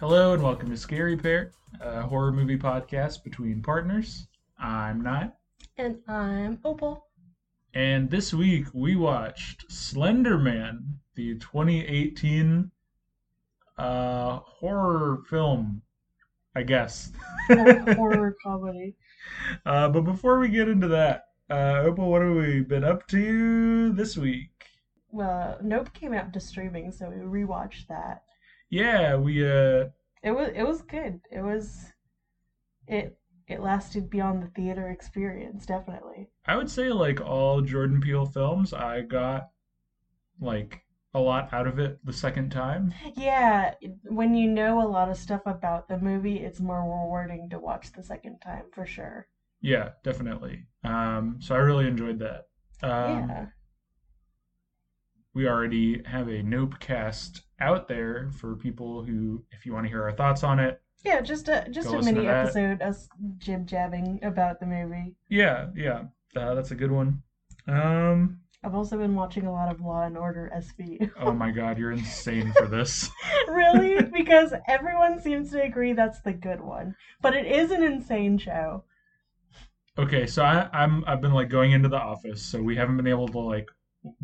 Hello and welcome to Scary Parrot, a horror movie podcast between partners. I'm Not, And I'm Opal. and this week we watched Slender Man, the 2018 uh, horror film, I guess. Hor- horror comedy. Uh, but before we get into that, uh, Opal, what have we been up to this week? Well, Nope came out to streaming, so we rewatched that. Yeah, we uh, It was it was good. It was it it lasted beyond the theater experience, definitely. I would say like all Jordan Peele films, I got like a lot out of it the second time. Yeah, when you know a lot of stuff about the movie, it's more rewarding to watch the second time for sure. Yeah, definitely. Um, so I really enjoyed that. Um, yeah. we already have a Nope cast out there for people who, if you want to hear our thoughts on it. Yeah, just a just go a listen to mini that. episode us jib jabbing about the movie. Yeah, yeah, uh, that's a good one. Um, I've also been watching a lot of Law and Order SV. oh my God, you're insane for this. really? Because everyone seems to agree that's the good one. But it is an insane show. Okay, so I, I'm I've been like going into the office, so we haven't been able to like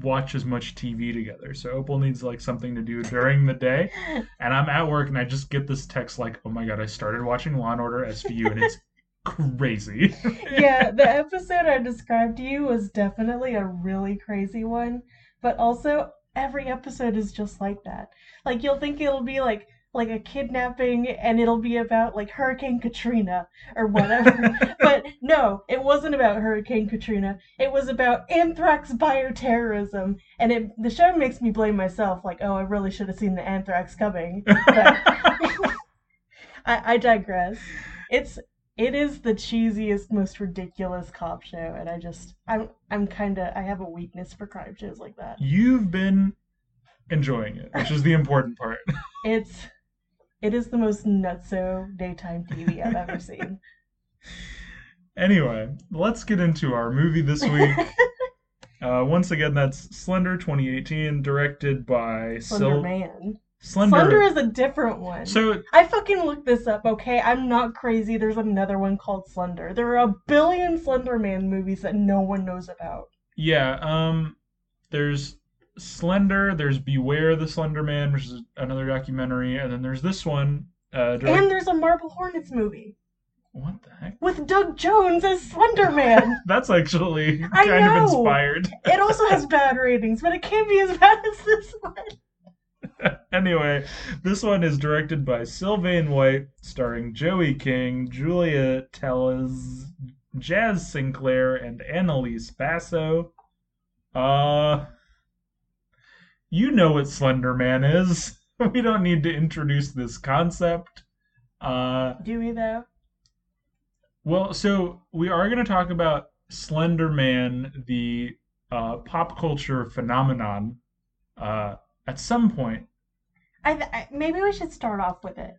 watch as much TV together. So Opal needs like something to do during the day, and I'm at work, and I just get this text like, "Oh my god, I started watching Law and Order SVU, and it's crazy." Yeah, the episode I described to you was definitely a really crazy one, but also every episode is just like that. Like you'll think it'll be like like a kidnapping and it'll be about like Hurricane Katrina or whatever. but no, it wasn't about Hurricane Katrina. It was about anthrax bioterrorism. And it the show makes me blame myself like, "Oh, I really should have seen the anthrax coming." But I, I digress. It's it is the cheesiest, most ridiculous cop show, and I just I'm I'm kind of I have a weakness for crime shows like that. You've been enjoying it, which is the important part. It's it is the most nutso daytime TV I've ever seen. Anyway, let's get into our movie this week. Uh, once again, that's Slender 2018, directed by Slender Sil- Man. Slender. Slender is a different one. So I fucking looked this up, okay? I'm not crazy. There's another one called Slender. There are a billion Slender Man movies that no one knows about. yeah, um, there's Slender, there's Beware the Slender Man, which is another documentary, and then there's this one. Uh, direct- And there's a Marble Hornets movie what the heck? with Doug Jones as Slender Man. That's actually I kind of know. inspired. It also has bad ratings, but it can't be as bad as this one. Anyway, this one is directed by Sylvain White, starring Joey King, Julia Tellez, Jazz Sinclair, and Annalise Basso. Uh, you know what Slender Man is. We don't need to introduce this concept. Uh, Do we though? well, so we are going to talk about Slender Man, the uh, pop culture phenomenon, uh, at some point. I, th- I maybe we should start off with it.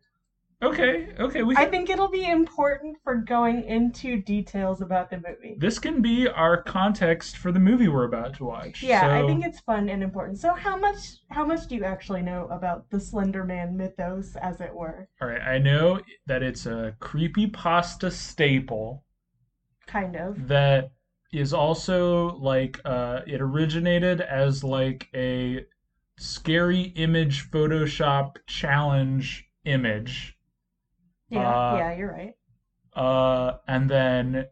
Okay, okay, we I can think it'll be important for going into details about the movie. this can be our context for the movie we're about to watch. Yeah, I So, think it's fun and important. So how much how much do you actually know about the Slender Man mythos as it were? all right. I know that it's a creepy pasta staple Kind of. that is also like uh, it originated as like a scary image Photoshop challenge image, Yeah, Uh, yeah, you're right. uh, and then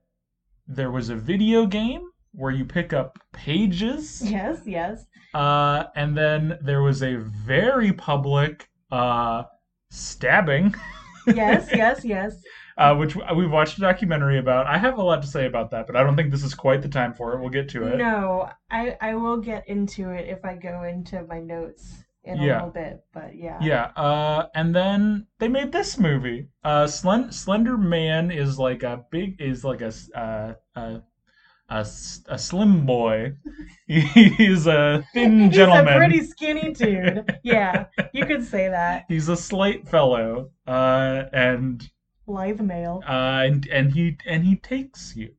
there was a video game where you pick up pages. Yes, yes. Uh, and then there was a very public uh, stabbing, Yes, yes, yes. uh, which we've watched a documentary about. I have a lot to say about that, but I don't think this is quite the time for it. We'll get to it. No, I I will get into it if I go into my notes in Yeah. a little bit, but yeah. Yeah, uh, and then they made this movie. Uh, Slen- Slender Man is like a big is like a s- uh, a, a s- a slim boy. He's a thin He's gentleman. a pretty skinny dude. Yeah, you could say that. He's a slight fellow, uh, and Live male. uh, and and he and he takes you.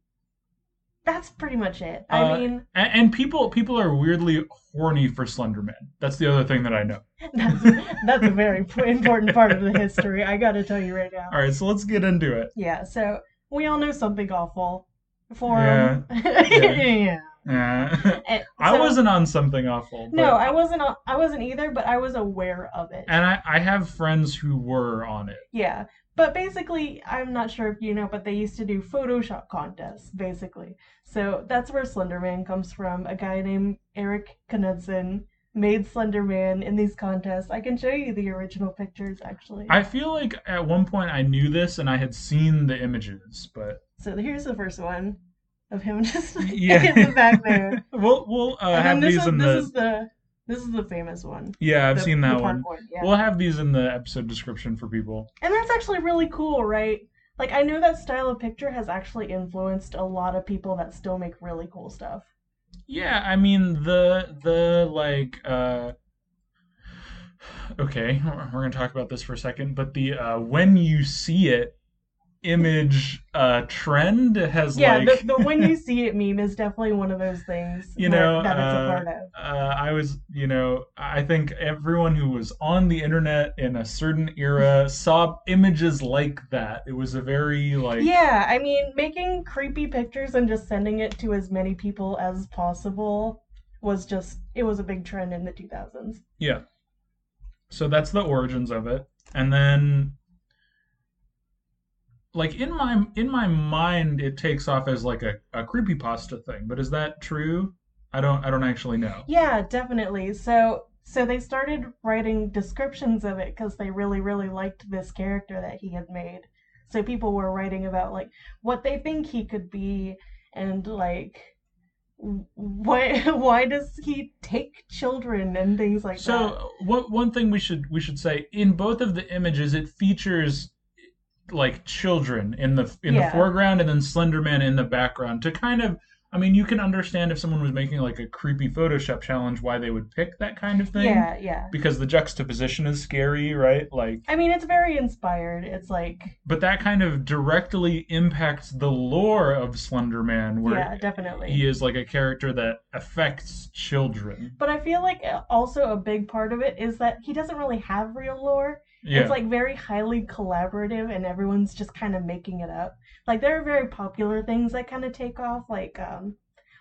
that's pretty much it. I Uh, mean, And, and people people are weirdly horny for Slender Man. That's the other thing that I know. that's that's a very p- important part of the history. I gotta tell you right now. All right, so let's get into it. Yeah. So we all know something awful. For Yeah. yeah. Uh, And I so- wasn't on something awful. No, but- I wasn't. on- I wasn't either, but I was aware of it. and I, I have friends who were on it. Yeah. But basically, I'm not sure if you know, but they used to do Photoshop contests, basically. So that's where Slenderman comes from. A guy named Eric Knudsen made Slenderman in these contests. I can show you the original pictures, actually. I feel like at one point I knew this and I had seen the images, but So here's the first one of him just Yeah. in the back there. we'll we'll uh, and have then this, these is, in this the is the this is the famous one. yeah I've The- seen the that park one. yeah. We'll have these in the episode description for people. And that's actually really cool, right? Like I know that style of picture has actually influenced a lot of people that still make really cool stuff. Yeah, I mean the the like uh okay, we're we're gonna talk about this for a second, but the uh when you see it image uh trend has Yeah, like the, the when you see it meme is definitely one of those things You that- know, that it's a uh, part of. uh, I was, you know, I think everyone who was on the internet in a certain era saw images like that. It was a very like yeah, I mean, making creepy pictures and just sending it to as many people as possible was just it was a big trend in the 2000s. Yeah. So that's the origins of it. And then like in my in my mind it takes off as like a, a creepypasta thing, but is that true? I don't I don't actually know. Yeah, definitely. So so they started writing descriptions of it because they really really liked this character that he had made. So people were writing about like what they think he could be and like w- why why does he take children and things like that. So what one thing we should we should say in both of the images it features like children in the in the Yeah. foreground and then Slenderman in the background to kind of I mean you can understand if someone was making like a creepy Photoshop challenge why they would pick that kind of thing. Yeah, yeah. because the juxtaposition is scary, right? Like, I mean, it's very inspired. It's like, but that kind of directly impacts the lore of Slender Man, where yeah, definitely. he is like a character that affects children. But I feel like uh, also a big part of it is that he doesn't really have real lore. Yeah, It's like very highly collaborative, and everyone's just kind of making it up. Like there are very popular things that kind of take off, like um,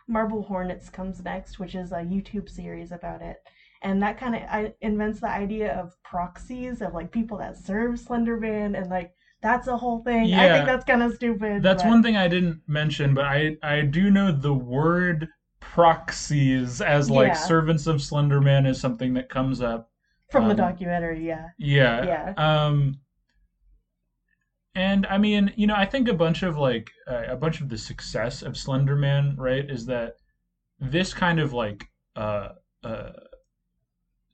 Marble Hornets comes next, which is a YouTube series about it. And that kind of invents the idea of proxies of like people that serve Slenderman, and like that's a whole thing. I Yeah. think that's kind of stupid. that's but- one thing I didn't mention, but I I do know the word proxies as like Yeah. servants of Slender Man is something that comes up. from the um, uh, documentary. Yeah, Yeah, yeah. Um, and I mean, you know, I think a bunch of like uh, a bunch of the success of Slender Man, right, is that this kind of like uh, uh,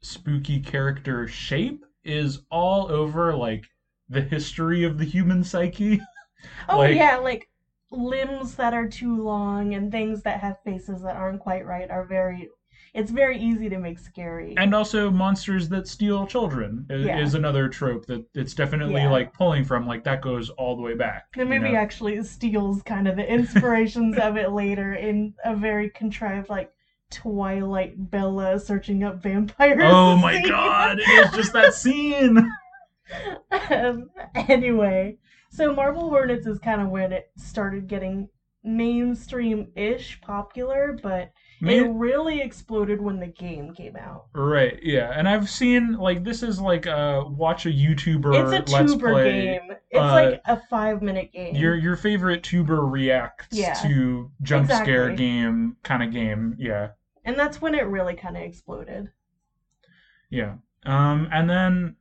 spooky character shape is all over like the history of the human psyche. Oh Like- yeah, like limbs that are too long and things that have faces that aren't quite right are very. It's very easy to make scary. And also monsters that steal children is, Yeah. is another trope that it's definitely Yeah. like pulling from. Like that goes all the way back. the you movie know? actually steals kind of the inspirations of it later in a very contrived like Twilight Bella searching up vampires. Oh my scene. god! It is just that scene. Um, anyway, so Marble Hornets is kind of when it started getting mainstream-ish popular, but Man- it really exploded when the game came out. Right, yeah. And I've seen like this is like uh watch a YouTuber It's a let's tuber play. game. It's uh, like a five minute game. Your your favorite tuber reacts Yeah. to jump scare Exactly. game kind of game. Yeah. And that's when it really kind of exploded. Yeah. Um and then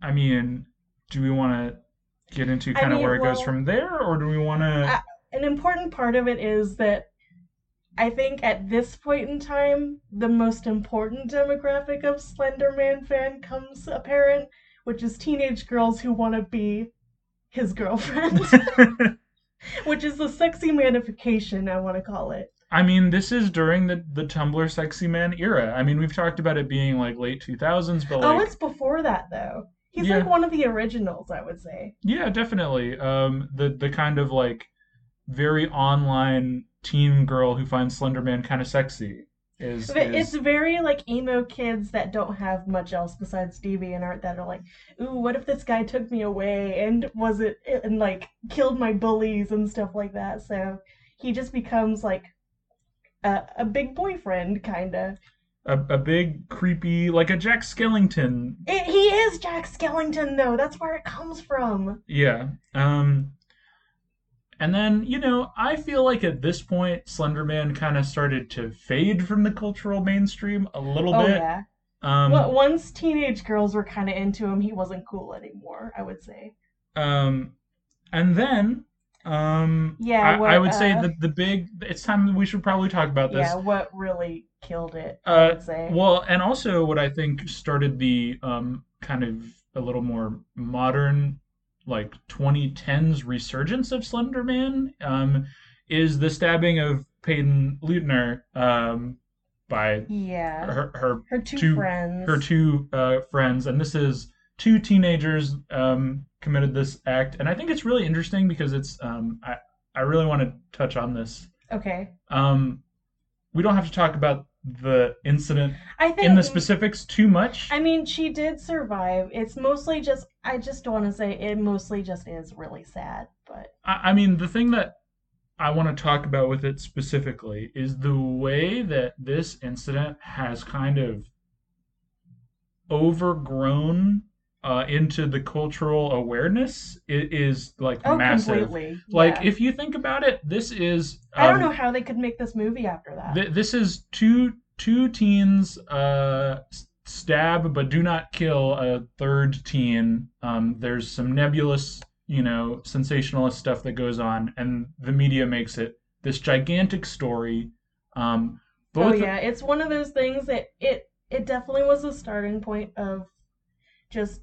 I mean, do we want to get into I kind of mean, where it goes well- from there or do we want I- to An important part of it is that I think at this point in time, the most important demographic of Slenderman fan comes apparent, which is teenage girls who want to be his girlfriend, which is the sexy manification, I want to call it. I mean, this is during the the Tumblr sexy man era. I mean, we've talked about it being like late 2000s, but oh, like it's before that, though. He's Yeah. like one of the originals, I would say. Yeah, definitely. Um, the the kind of like very online teen girl who finds Slender Man kind of sexy. Is, But it's is very like emo kids that don't have much else besides DeviantArt that are like, ooh, what if this guy took me away and was it and like killed my bullies and stuff like that. So he just becomes like a, a big boyfriend kind of. a, a big creepy like a Jack Skellington It, he is Jack Skellington though. That's where it comes from. Yeah. Um and then, you know, I feel like at this point Slenderman kind of started to fade from the cultural mainstream a little Oh bit. yeah. Um Well, once teenage girls were kind of into him, he wasn't cool anymore. I would say. um and then um Yeah, I, what, I would say uh, that the big it's time we should probably talk about this. Yeah, what really killed it? I Uh, would say. Well, and also what I think started the um kind of a little more modern like 2010s resurgence of Slenderman um is the stabbing of Peyton Lutner um by yeah. her her Her two, two- friends. her two uh friends and this is two teenagers um committed this act and I think it's really interesting because it's um I I really want to touch on this. Okay. Um we don't have to talk about the incident I think in the specifics too much. I mean, she did survive. It's mostly just I just want to say it mostly just is really sad, but I, I mean, the thing that I want to talk about with it specifically is the way that this incident has kind of overgrown uh, into the cultural awareness i- is like oh, massive. completely. Like, yeah. if you think about it, this is I don't um, know how they could make this movie after that. Th- this is two two teens uh, s- stab but do not kill a third teen. Um, there's some nebulous, you know, sensationalist stuff that goes on, and the media makes it this gigantic story. Um, oh both yeah, it's one of those things that it it definitely was a starting point of just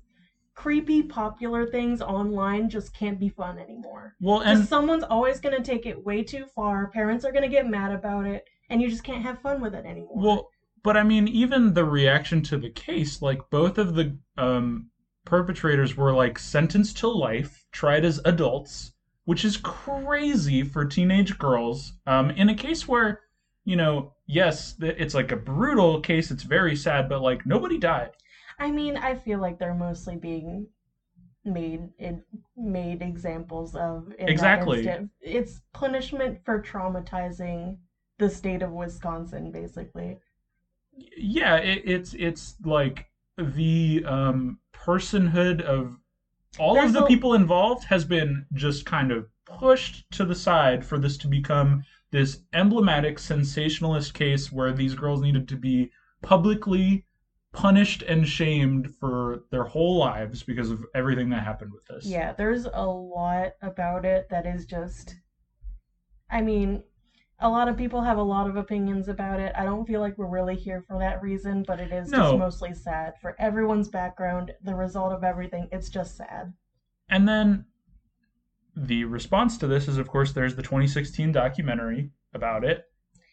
creepy popular things online just can't be fun anymore. well, and Just someone's always going to take it way too far. Parents are going to get mad about it, and you just can't have fun with it anymore. Well, but I mean, even the reaction to the case, like both of the um, perpetrators were like sentenced to life, tried as adults, which is crazy for teenage girls. Um, in a case where, you know, yes, th- it's like a brutal case, it's very sad, but like nobody died. I mean, I feel like they're mostly being made in, made examples of in that Exactly. instant. It's punishment for traumatizing the state of Wisconsin, basically. Yeah, it, it's it's like the um, personhood of all There's of the a- people involved has been just kind of pushed to the side for this to become this emblematic sensationalist case where these girls needed to be publicly punished and shamed for their whole lives because of everything that happened with this. Yeah, there's a lot about it that is just. I mean, a lot of people have a lot of opinions about it. I don't feel like we're really here for that reason, but it is No. just mostly sad for everyone's background, the result of everything. It's just sad. And then the response to this is of course there's the 2016 documentary about it.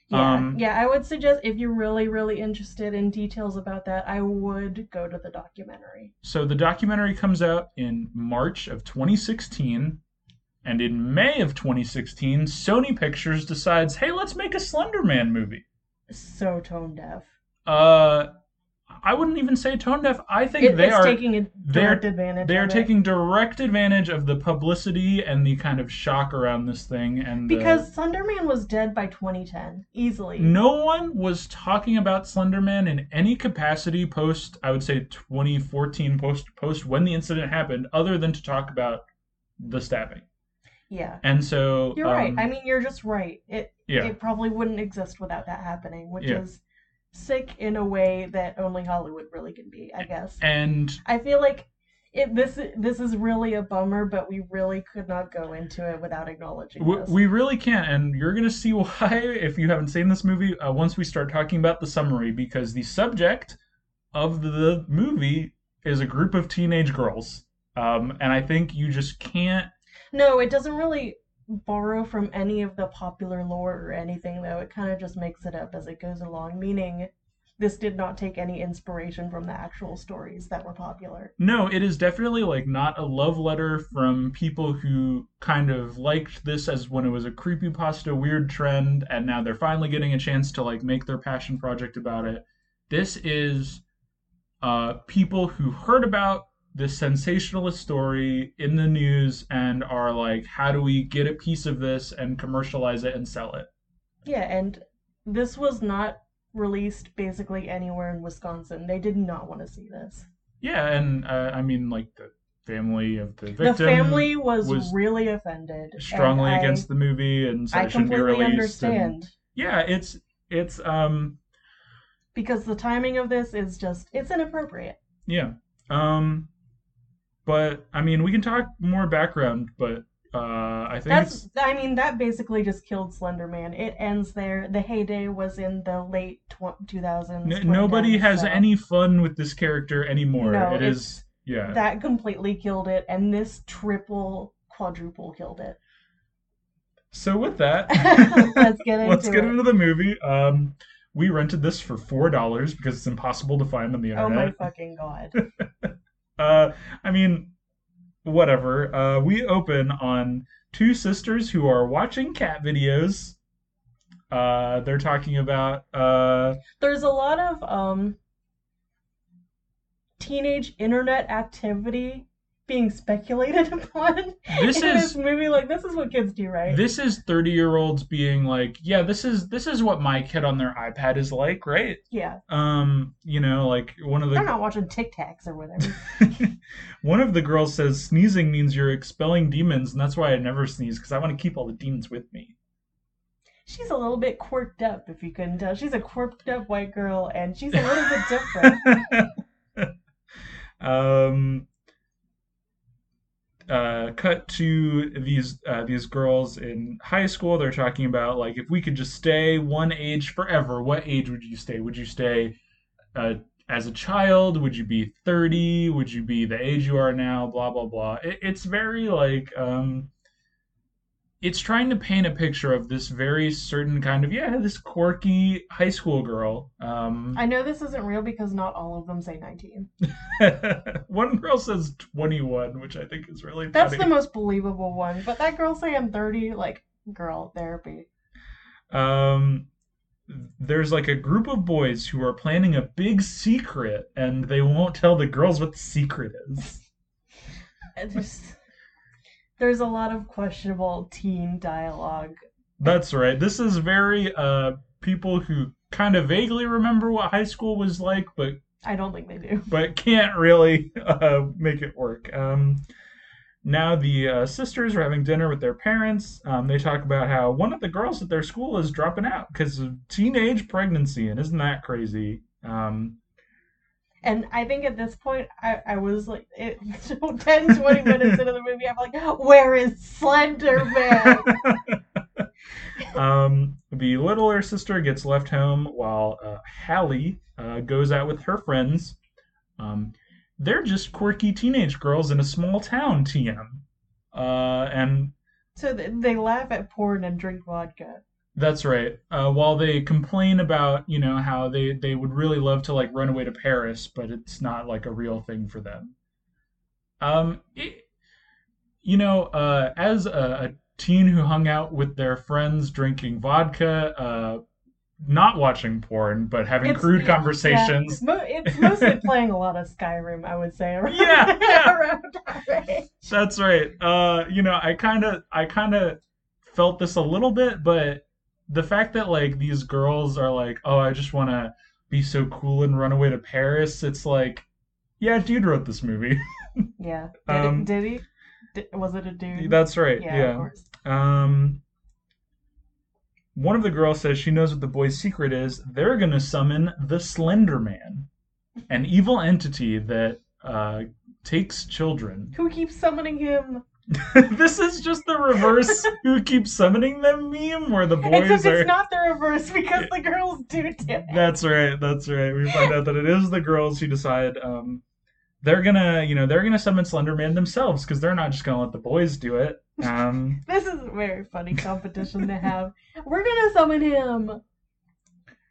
Yeah, Um, yeah, I would suggest if you're really, really interested in details about that, I would go to the documentary. So the documentary comes out in March of 2016, and in May of 2016, Sony Pictures decides, "Hey, let's make a Slender Man movie." So tone deaf. Uh, I wouldn't even say tone deaf. I think It, they it's are taking a they're- direct advantage. they are of it. taking direct advantage of the publicity and the kind of shock around this thing, and the- because Sunderman was dead by 2010 easily. No one was talking about Slenderman in any capacity post, I would say 2014 post post when the incident happened, other than to talk about the stabbing. Yeah, And so you're right. um, I mean, you're just right. It yeah, it probably wouldn't exist without that happening, which Yeah. is sick in a way that only Hollywood really can be, I guess. and I feel like it, this this is really a bummer, but we really could not go into it without acknowledging we, this. we really can't. And you're gonna see why if you haven't seen this movie uh, once we start talking about the summary because the subject of the movie is a group of teenage girls. Um, and I think you just can't. No, it doesn't really borrow from any of the popular lore or anything, though. It kind of just makes it up as it goes along, meaning this did not take any inspiration from the actual stories that were popular. No, it is definitely like not a love letter from people who kind of liked this as when it was a creepypasta weird trend and now they're finally getting a chance to like make their passion project about it. This is uh people who heard about this sensationalist story in the news and are like how do we get a piece of this and commercialize it and sell it? Yeah, and this was not released basically anywhere in Wisconsin. They did not want to see this. Yeah, and uh, I mean like the family of the victim The family was, was really offended. and strongly I- against the movie and so I it shouldn't be completely released. and- understand yeah, it's it's um because the timing of this is just it's inappropriate. yeah. Um but I mean we can talk more background, but uh I think That's it's I mean that basically just killed Slender Man. It ends there. The heyday was in the late tw- 2000s. n- nobody 2010s, has so any fun with this character anymore. No, it is yeah. that completely killed it and this triple quadruple killed it. so with that Let's get into let's get it. into the movie. Um we rented this for four dollars because it's impossible to find on the Oh my internet. fucking god. uh I mean whatever. Uh we open on two sisters who are watching cat videos. Uh they're talking about uh There's a lot of um teenage internet activity being speculated upon this in this is movie like this is what kids do, right? this is 30 year olds being like yeah this is this is what my kid on their ipad is like right yeah. um you know like one of They're the not watching Tic Tacs or whatever. one of the girls says sneezing means you're expelling demons and that's why i never sneeze because i want to keep all the demons with me She's a little bit quirked up, if you couldn't tell. She's a quirked up white girl, and she's a little bit different. um uh cut to these uh, these girls in high school they're talking about like if we could just stay one age forever what age would you stay would you stay uh as a child would you be 30 would you be the age you are now blah blah blah it, it's very like um it's trying to paint a picture of this very certain kind of yeah this quirky high school girl um I know this isn't real because not all of them say 19. one girl says 21, which I think is really That's the funny. most believable one, but that girl saying 30, like, girl, therapy. um, there's like a group of boys who are planning a big secret, and they won't tell the girls what the secret is. I just- there's a lot of questionable teen dialogue. That's right. This is very uh people who kind of vaguely remember what high school was like, but I don't think they do. but can't really uh, make it work. Um, now the uh, sisters are having dinner with their parents. Um, they talk about how one of the girls at their school is dropping out because of teenage pregnancy, and isn't that crazy? Um, And I think at this point, I, I was like, it, 10, 20 minutes into the movie, I'm like, where is Slender Man? um, the littler sister gets left home while uh, Hallie uh, goes out with her friends. Um, they're just quirky teenage girls in a small town, TM. Uh, and So th- they laugh at porn and drink vodka. That's right. Uh, while they complain about, you know, how they, they would really love to like run away to Paris, but it's not like a real thing for them. Um, it, you know, uh, as a, a teen who hung out with their friends drinking vodka, uh, not watching porn, but having It's- crude yeah, conversations, Yeah, mo- it's mostly playing a lot of Skyrim, I would say. Around, Yeah, yeah. around our age. That's right. Uh, you know, I kind of, I kind of felt this a little bit, but the fact that like these girls are like, oh, I just want to be so cool and run away to Paris. It's like, yeah, dude wrote this movie. Yeah. Did, Um, it, did he? Did, was it a dude? That's right. Mm-hmm. yeah, Of course. Um, one of the girls says she knows what the boy's secret is. They're gonna summon the Slender Man, an evil entity that uh takes children. Who keeps summoning him? this is just the reverse who keeps summoning them meme where the boys Except are it's not the reverse because the girls do do it. that's right that's right we find out that it is the girls who decide um they're gonna you know they're gonna summon slenderman themselves because they're not just gonna let the boys do it um This is a very funny competition to have. We're gonna summon him.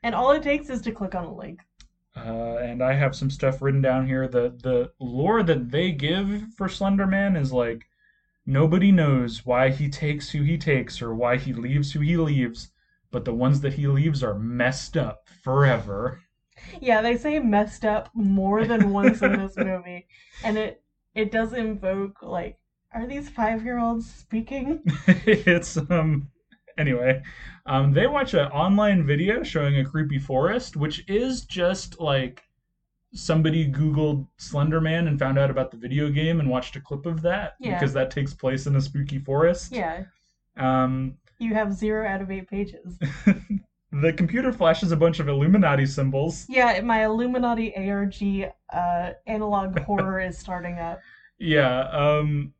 And all it takes is to click on a link. Uh, and I have some stuff written down here. The the lore that they give for Slender Man is like nobody knows why he takes who he takes or why he leaves who he leaves, but the ones that he leaves are messed up forever. Yeah, they say messed up more than once in this movie, and it it does invoke like, are these five year olds speaking? it's um anyway, um, they watch an online video showing a creepy forest, which is just like somebody Googled Slender Man and found out about the video game and watched a clip of that Yeah. because that takes place in a spooky forest. Yeah, Um, you have zero out of eight pages. the computer flashes a bunch of Illuminati symbols. Yeah, my Illuminati ARG uh, analog horror is starting up. Yeah. Um,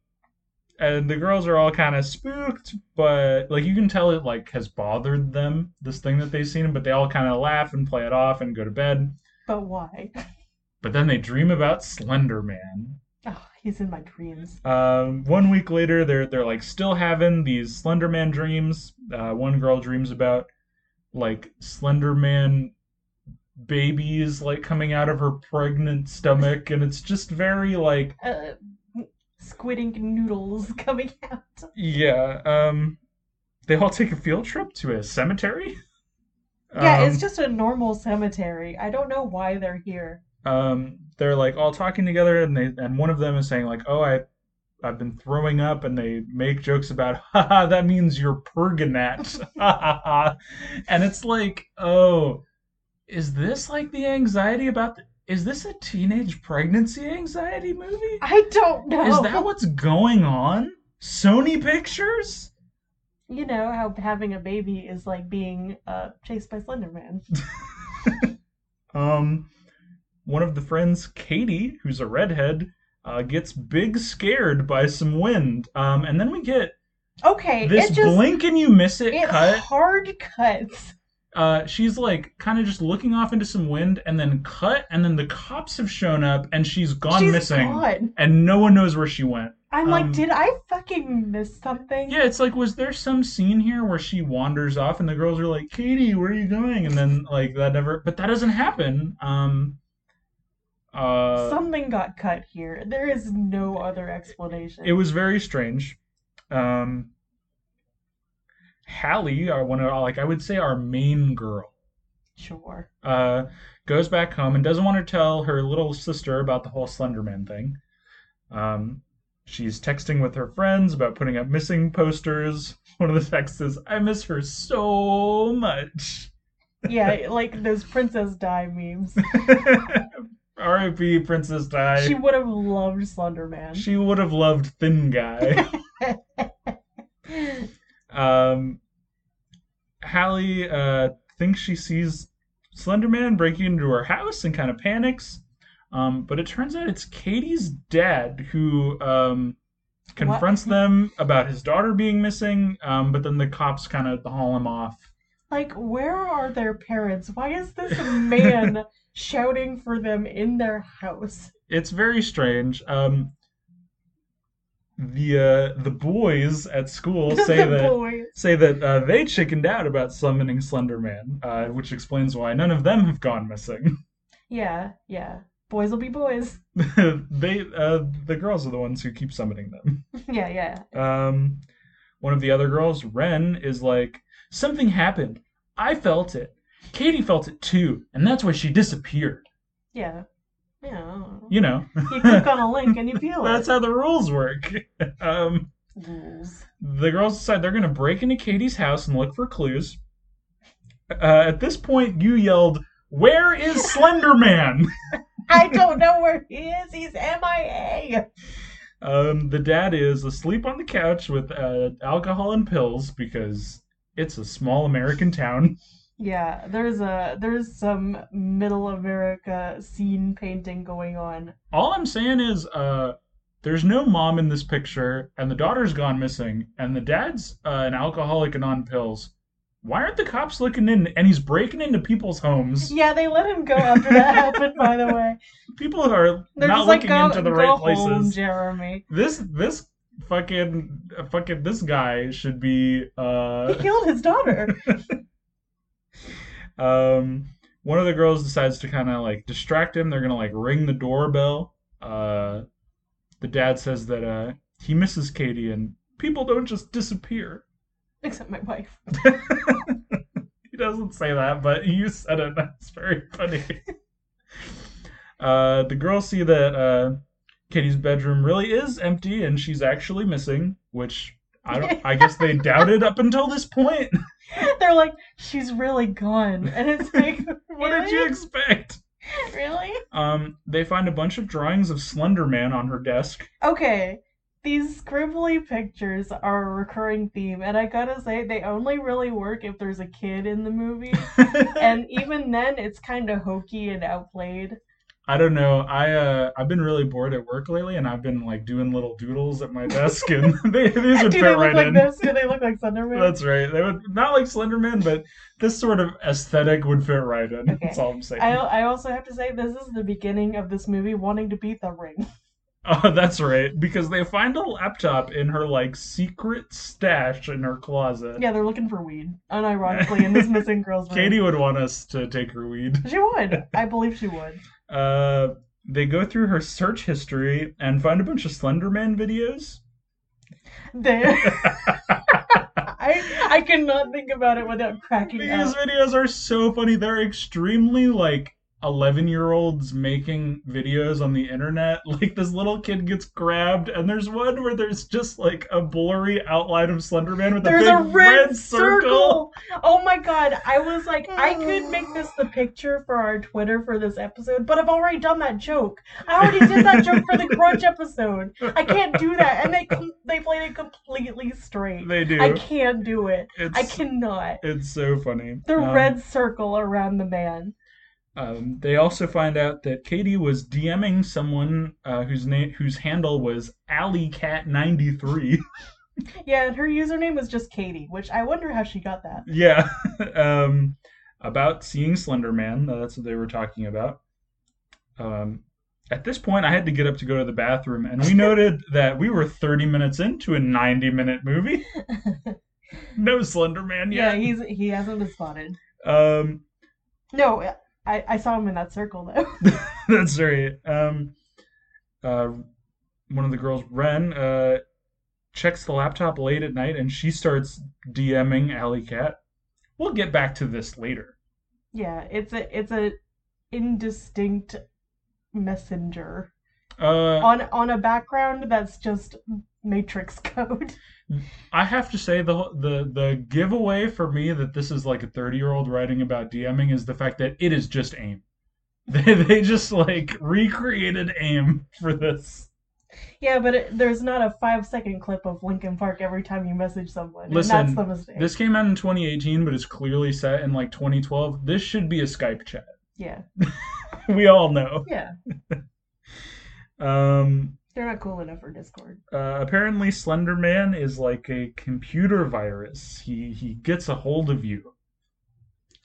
and the girls are all kind of spooked, but like you can tell it like has bothered them this thing that they've seen, but they all kind of laugh and play it off and go to bed. But why? But then they dream about Slender Man. Oh, he's in my dreams. Um, one week later, they're they're like still having these Slenderman dreams. Uh, one girl dreams about like Slenderman babies like coming out of her pregnant stomach, and it's just very like Uh, squid ink noodles coming out. yeah. Um, they all take a field trip to a cemetery. Yeah, Um, it's just a normal cemetery. I don't know why they're here. um, they're like all talking together, and they and one of them is saying like, "Oh, I, I've been throwing up," and they make jokes about, "Ha ha, that means you're pergonat," ha ha ha, and it's like, oh, is this like the anxiety about? The, is this a teenage pregnancy anxiety movie? I don't know. Is that what's going on? Sony Pictures? You know how having a baby is like being uh, chased by Slenderman. Um, one of the friends, Katie, who's a redhead, uh, gets big scared by some wind. Um, and then we get Okay, this it just blink and you miss it it cut. hard cuts. Uh, she's like kind of just looking off into some wind, and then cut, and then the cops have shown up, and she's gone She's missing, gone. and no one knows where she went. I'm Um, like, did I fucking miss something? Yeah, it's like, was there some scene here where she wanders off, and the girls are like, "Katie, where are you going?" And then like that never, but that doesn't happen. Um, uh, Something got cut here. There is no other explanation. it was very strange. Um, Hallie, our one of our, like I would say our main girl. sure. uh, goes back home and doesn't want to tell her little sister about the whole Slenderman thing. Um, she's texting with her friends about putting up missing posters. One of the texts is, "I miss her so much." Yeah, like those Princess Di memes. R.I.P. Princess Di. She would have loved Slenderman. she would have loved Thin Guy. Um, Hallie uh, thinks she sees Slenderman breaking into her house and kind of panics. Um, but it turns out it's Katie's dad who um, confronts them about his daughter being missing. Um, but then the cops kind of haul him off. Like, where are their parents? Why is this man shouting for them in their house? It's very strange. Um, the uh, the boys at school say the that boy. say that uh, they chickened out about summoning Slenderman, uh, which explains why none of them have gone missing. Yeah, yeah. Boys will be boys. they uh, the girls are the ones who keep summoning them. Yeah, yeah. Um, one of the other girls, Ren, is like, something happened. I felt it. Katie felt it too, and that's why she disappeared. Yeah. Yeah. I don't know. You know, You click on a link and you feel that's it. how the rules work. um, Rules. the girls decide they're gonna break into Katie's house and look for clues. Uh, at this point, you yelled, "Where is Slender Man?" I don't know where he is. He's MIA. Um, the dad is asleep on the couch with uh, alcohol and pills because it's a small American town. Yeah, there's a there's some middle America scene painting going on. All I'm saying is, uh, there's no mom in this picture, and the daughter's gone missing, and the dad's uh, an alcoholic and on pills. Why aren't the cops looking in? And he's breaking into people's homes. Yeah, they let him go after that happened, by the way. People are They're not just like looking go, into the go right home, places. Jeremy. This this fucking fucking this guy should be He uh killed his daughter. Um, one of the girls decides to kind of like distract him. They're gonna like ring the doorbell. Uh, the dad says that uh, he misses Katie and people don't just disappear. Except my wife. He doesn't say that, but you said it. That's very funny. uh, the girls see that uh, Katie's bedroom really is empty and she's actually missing, which I don't. I guess they doubted up until this point. They're like, she's really gone. And it's like, what did you expect? really? Um, they find a bunch of drawings of Slender Man on her desk. Okay. These scribbly pictures are a recurring theme, and I gotta say, they only really work if there's a kid in the movie. and even then, it's kind of hokey and outplayed. I don't know. I uh, I've been really bored at work lately, and I've been like doing little doodles at my desk, and they, these Do would they fit look right like in. this? Do they look like Thunderman? That's right. They would not like Slenderman, but this sort of aesthetic would fit right in. That's all I'm saying. I, I also have to say, this is the beginning of this movie wanting to beat the ring. Oh, that's right. Because they find a laptop in her like secret stash in her closet. Yeah, they're looking for weed, unironically, in this missing girl's room. Katie would want us to take her weed. She would. I believe she would. Uh, they go through her search history and find a bunch of Slenderman videos. They... I, I cannot think about it without cracking up. These videos are so funny. They're extremely like 11 year olds making videos on the internet. Like this little kid gets grabbed, and there's one where there's just like a blurry outline of Slenderman with There's a a big red, circle. circle. Oh my god! I was like, I could make this the picture for our Twitter for this episode, but I've already done that joke. I already did that joke for the Grudge episode. I can't do that, and they com- they played it completely straight. They do. I can't do it. it's, I cannot. It's so funny. The Um, red circle around the man. Um, they also find out that Katie was DMing someone uh, whose name, whose handle was AlleyCat93. Yeah, and her username was just Katie, which I wonder how she got that. yeah, um, about seeing Slender Man. uh, That's what they were talking about. Um, at this point, I had to get up to go to the bathroom, and we noted that we were 30 minutes into a 90-minute movie. no Slender Man Yeah, yet. he's he hasn't been spotted. um, No, I I saw him in that circle though. That's right. Um, uh, one of the girls, Ren, uh, checks the laptop late at night, and she starts DMing Alley Cat. We'll get back to this later. Yeah, it's a it's a indistinct messenger Uh, on on a background that's just matrix code. I have to say the the the giveaway for me that this is like a thirty year old writing about DMing is the fact that it is just AIM. They they just like recreated AIM for this. Yeah, but it, there's not a five second clip of Linkin Park every time you message someone. and Listen, that's the mistake. This came out in 2018, but it's clearly set in like 2012. This should be a Skype chat. Yeah, We all know. yeah, Um, they're not cool enough for Discord. uh, apparently, Slender Man is like a computer virus. He he gets a hold of you.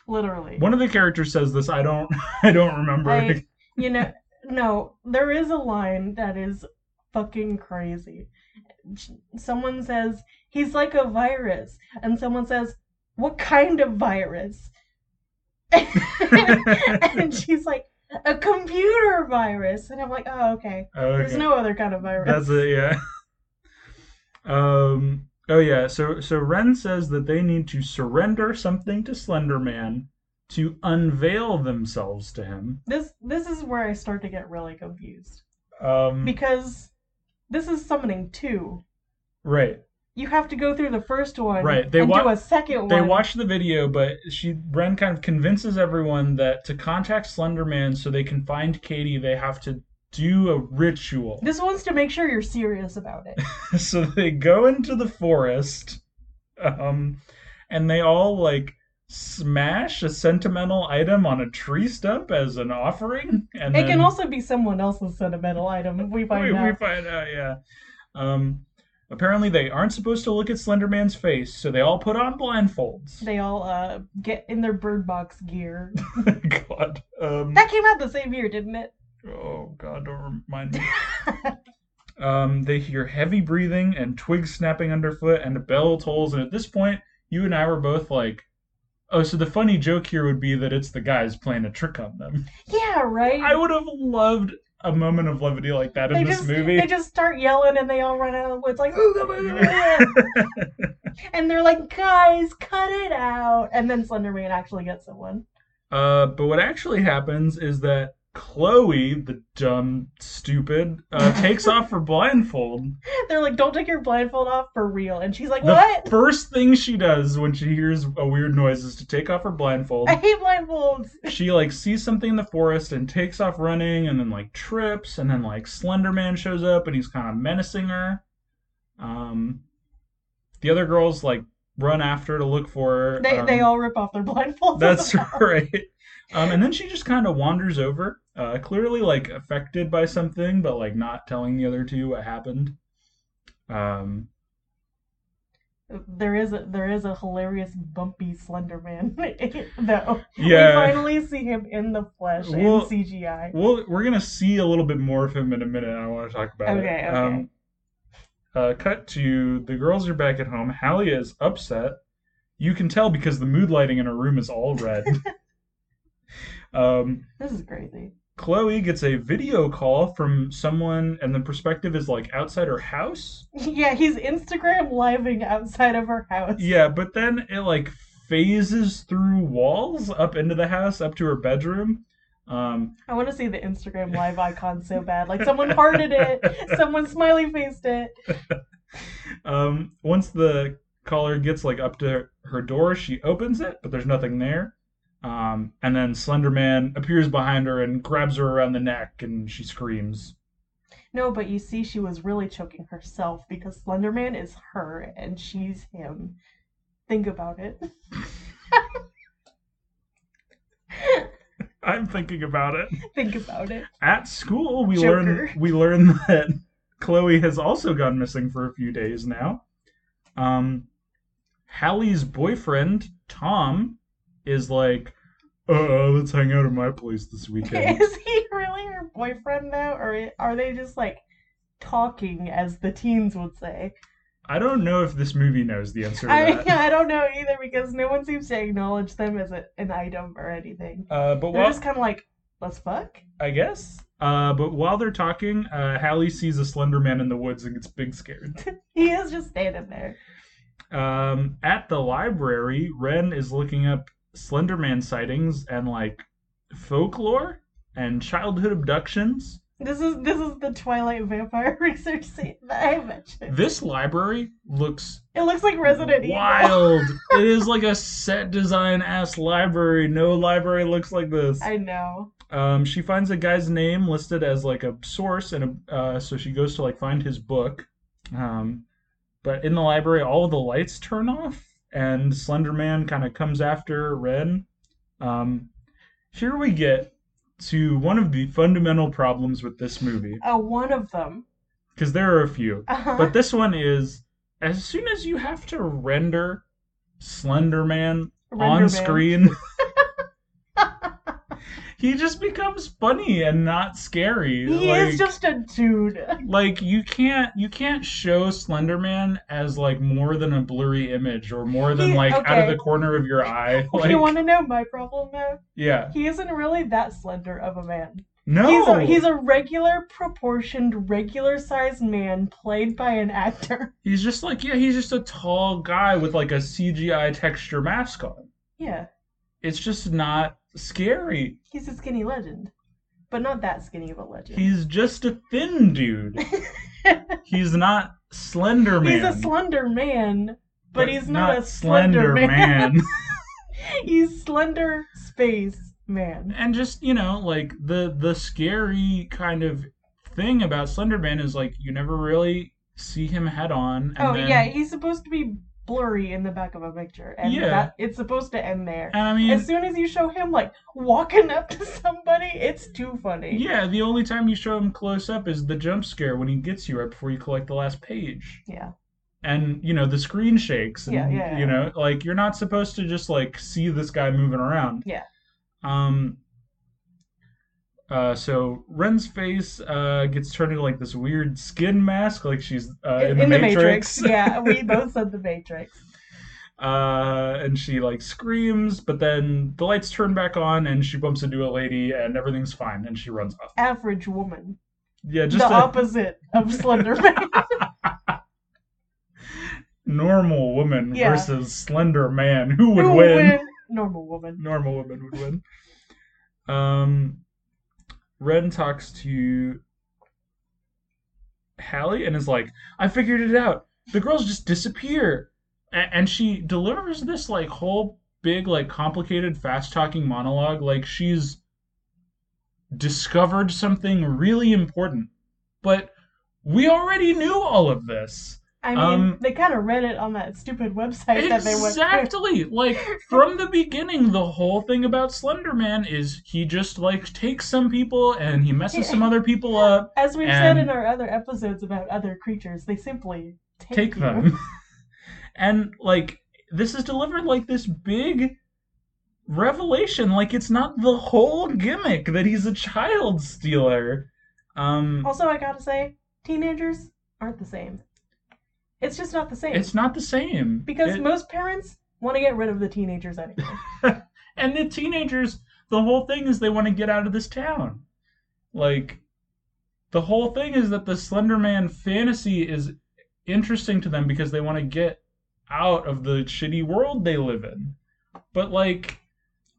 Literally, One of the characters says this. I don't I don't remember. I, you know, no, there is a line that is fucking crazy. Someone says he's like a virus, and someone says, "What kind of virus?" and she's like, "A computer virus," and I'm like, "Oh, okay." Oh, okay. There's no other kind of virus. That's it. Yeah. um. Oh yeah. So so Ren says that they need to surrender something to Slender Man to unveil themselves to him. This this is where I start to get really confused Um. because this is summoning two. right. You have to go through the first one Right, they and wa- do a second They one. watch the video, but she Ren kind of convinces everyone that to contact Slenderman so they can find Katie, they have to do a ritual. This wants to make sure you're serious about it. so they go into the forest, um, and they all like smash a sentimental item on a tree stump as an offering. And It then can also be someone else's sentimental item if we we, find we out. find out, yeah. Um, apparently they aren't supposed to look at Slenderman's face, so they all put on blindfolds. They all uh, get in their bird box gear. God. Um, that came out the same year, didn't it? Oh God, don't remind me. um, they hear heavy breathing and twigs snapping underfoot, and a bell tolls. And at this point, you and I were both like, Oh, so the funny joke here would be that it's the guys playing a trick on them. Yeah, right. I would have loved a moment of levity like that in they this just movie. they just start yelling and they all run out of the woods like "Ooga booga booga." and they're like guys cut it out and then Slenderman actually gets someone. Uh, but what actually happens is that Chloe, the dumb, stupid, uh, takes off her blindfold. They're like don't take your blindfold off for real and she's like The what first thing she does when she hears a weird noise is to take off her blindfold. I hate blindfolds. she like sees something in the forest and takes off running and then like trips and then like Slenderman shows up and he's kind of menacing her. Um the other girls like run after her to look for her. They um, they all rip off their blindfolds. That's right. Um, and then she just kind of wanders over, uh, clearly like affected by something, but like not telling the other two what happened. Um, there is a there is a hilarious bumpy Slenderman though. We yeah, finally see him in the flesh Well, in CGI. well, we're gonna see a little bit more of him in a minute. I want to talk about it. Okay, okay. Um, uh, cut to the girls are back at home. Hallie is upset. You can tell because the mood lighting in her room is all red. um, This is crazy. Chloe gets a video call from someone, and the perspective is like outside her house. Yeah, he's Instagram living outside of her house. Yeah, but then it like phases through walls up into the house, up to her bedroom. Um, I want to see the Instagram live icon so bad. Like someone hearted it, someone smiley faced it. um, once the caller gets like up to her door, she opens it, but there's nothing there. Um, and then Slender Man appears behind her and grabs her around the neck, and she screams. No, but you see, she was really choking herself because Slenderman is her and she's him. Think about it. I'm thinking about it. Think about it. At school, we Joker. learn we learn that Chloe has also gone missing for a few days now. Um, Hallie's boyfriend Tom is like, uh, let's hang out at my place this weekend. Is he really her boyfriend though, or are they just like talking, as the teens would say? I don't know if this movie knows the answer to I that. I don't know either because no one seems to acknowledge them as a, an item or anything. Uh, but They're while just kind of like, let's fuck. I guess, uh, but while they're talking, uh, Hallie sees a slender man in the woods and gets big scared. He is just standing there. Um, at the library, Ren is looking up Slenderman sightings and like folklore and childhood abductions. This is this is the Twilight Vampire research scene that I mentioned. This library looks It looks like Resident Evil. wild. it is like a set design ass library. No library looks like this. I know. Um, she finds a guy's name listed as like a source, and a, uh, so she goes to like find his book. Um, but in the library, all of the lights turn off, and Slender Man kind of comes after Ren. Um, here we get to one of the fundamental problems with this movie, Uh, one of them. because there are a few. Uh-huh. But this one is as soon as you have to render Slender Man on Renderman. screen. he just becomes funny and not scary. He like, is just a dude. like you can't you can't show Slenderman as like more than a blurry image or more than He- like out of okay. the corner of your eye. Do you Like want to know my problem though? yeah. He isn't really that slender of a man. No. He's a, he's a regular proportioned, regular sized man played by an actor. He's just like yeah, he's just a tall guy with like a CGI texture mask on. Yeah, It's just not scary. he's a skinny legend, but not that skinny of a legend. He's just a thin dude. he's not Slender Man. He's a slender man, but, he's not, a slender, slender, man. man. he's slender space man. and just you know, like the the scary kind of thing about Slender Man is like you never really see him head on. And oh then- yeah, he's supposed to be blurry in the back of a picture, and Yeah. that it's supposed to end there. And I mean, as soon as you show him like walking up to somebody, it's too funny. yeah, the only time you show him close up is the jump scare when he gets you right before you collect the last page. Yeah. And you know the screen shakes, and Yeah, yeah, you yeah. know, like you're not supposed to just like see this guy moving around. Yeah. Um. Uh, so Ren's face uh, gets turned into like this weird skin mask, like she's uh, in, the uh, Matrix. yeah, we both said the Matrix. Uh, and she like screams, but then the lights turn back on, and she bumps into a lady, and everything's fine, and she runs off. Average woman. Yeah, just the a opposite of Slender Man. normal woman Yeah. versus slender man. Who would Who win? Normal woman. Normal woman would win. Um, Ren talks to Hallie and is like, "I figured it out. The girls just disappear." A- and she delivers this like whole big, like complicated, fast-talking monologue, like she's discovered something really important. But we already knew all of this. I mean, Um, they kind of read it on that stupid website that they went to. Exactly. Like from the beginning, the whole thing about Slender Man is he just like takes some people and he messes some other people up. As we've said in And- our other episodes about other creatures, they simply take, Take you. them. and like this is delivered like this big revelation. Like it's not the whole gimmick that he's a child stealer. Um Also, I gotta say, teenagers aren't the same. It's just not the same. it's not the same. because It- most parents want to get rid of the teenagers anyway. and the teenagers the whole thing is they want to get out of this town like the whole thing is that the slender man fantasy is interesting to them because they want to get out of the shitty world they live in but like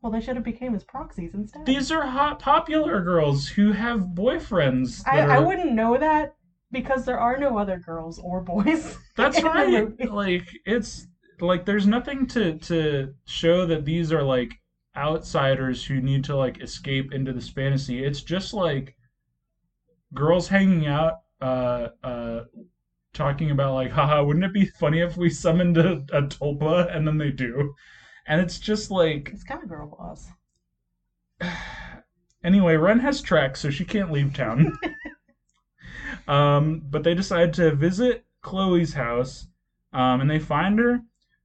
well, they should have became his proxies instead. these are hot popular girls who have boyfriends I, that I are- wouldn't know that because there are no other girls or boys. That's in the movie. right. Like it's like there's nothing to to show that these are like outsiders who need to like escape into this fantasy. It's just like girls hanging out, uh, uh, talking about like, haha, wouldn't it be funny if we summoned a, a tulpa? And then they do, and it's just like It's kind of girl boss. Anyway, Ren has tracks, so she can't leave town. um, but they decide to visit Chloe's house, um, and they find her,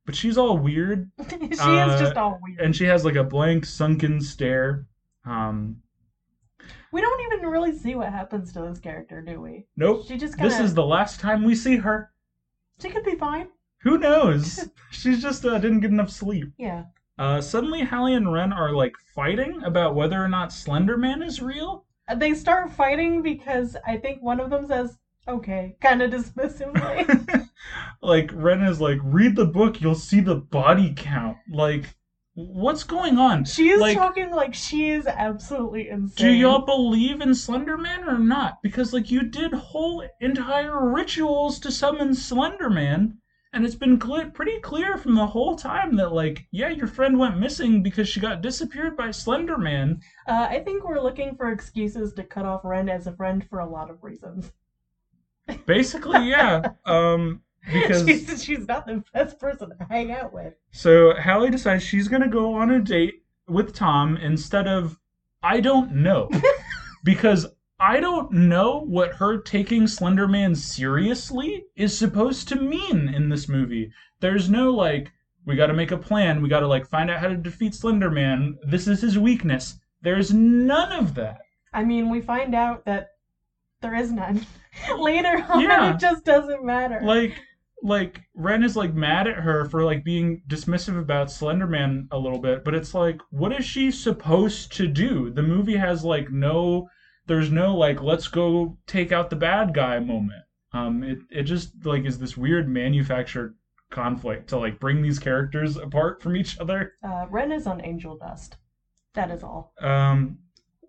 but she's all weird, she is Uh, just all weird. and she has like a blank, sunken stare. Um, we don't even really see what happens to this character, do we? nope. She just kind This of. is the last time we see her. She could be fine. Who knows? She's just uh, didn't get enough sleep. Yeah. Uh, suddenly, Hallie and Ren are like fighting about whether or not Slender Man is real. Uh, They start fighting because I think one of them says, "Okay," kind of dismissively. like Ren is like, read the book, you'll see the body count. Like, what's going on? she is Like- talking like she is absolutely insane. Do y'all believe in Slenderman or not? Because like you did whole entire rituals to summon Slenderman, and it's been clear, pretty clear from the whole time that like, yeah, your friend went missing because she got disappeared by Slenderman. Uh, I think we're looking for excuses to cut off Ren as a friend for a lot of reasons. Basically, yeah. um, because she's, she's not the best person to hang out with. So Hallie decides she's gonna go on a date with Tom instead of I don't know. because I don't know what her taking Slender Man seriously is supposed to mean in this movie. There's no like, we gotta make a plan, we gotta like find out how to defeat Slender Man, this is his weakness. There's none of that. I mean, we find out that there is none later on. Yeah. It just doesn't matter. like like Ren is like mad at her for like being dismissive about Slenderman a little bit, but it's like what is she supposed to do? The movie has like no there's no like let's go take out the bad guy moment. Um it it just like is this weird manufactured conflict to like bring these characters apart from each other. uh, Ren is on angel dust. That is all. Um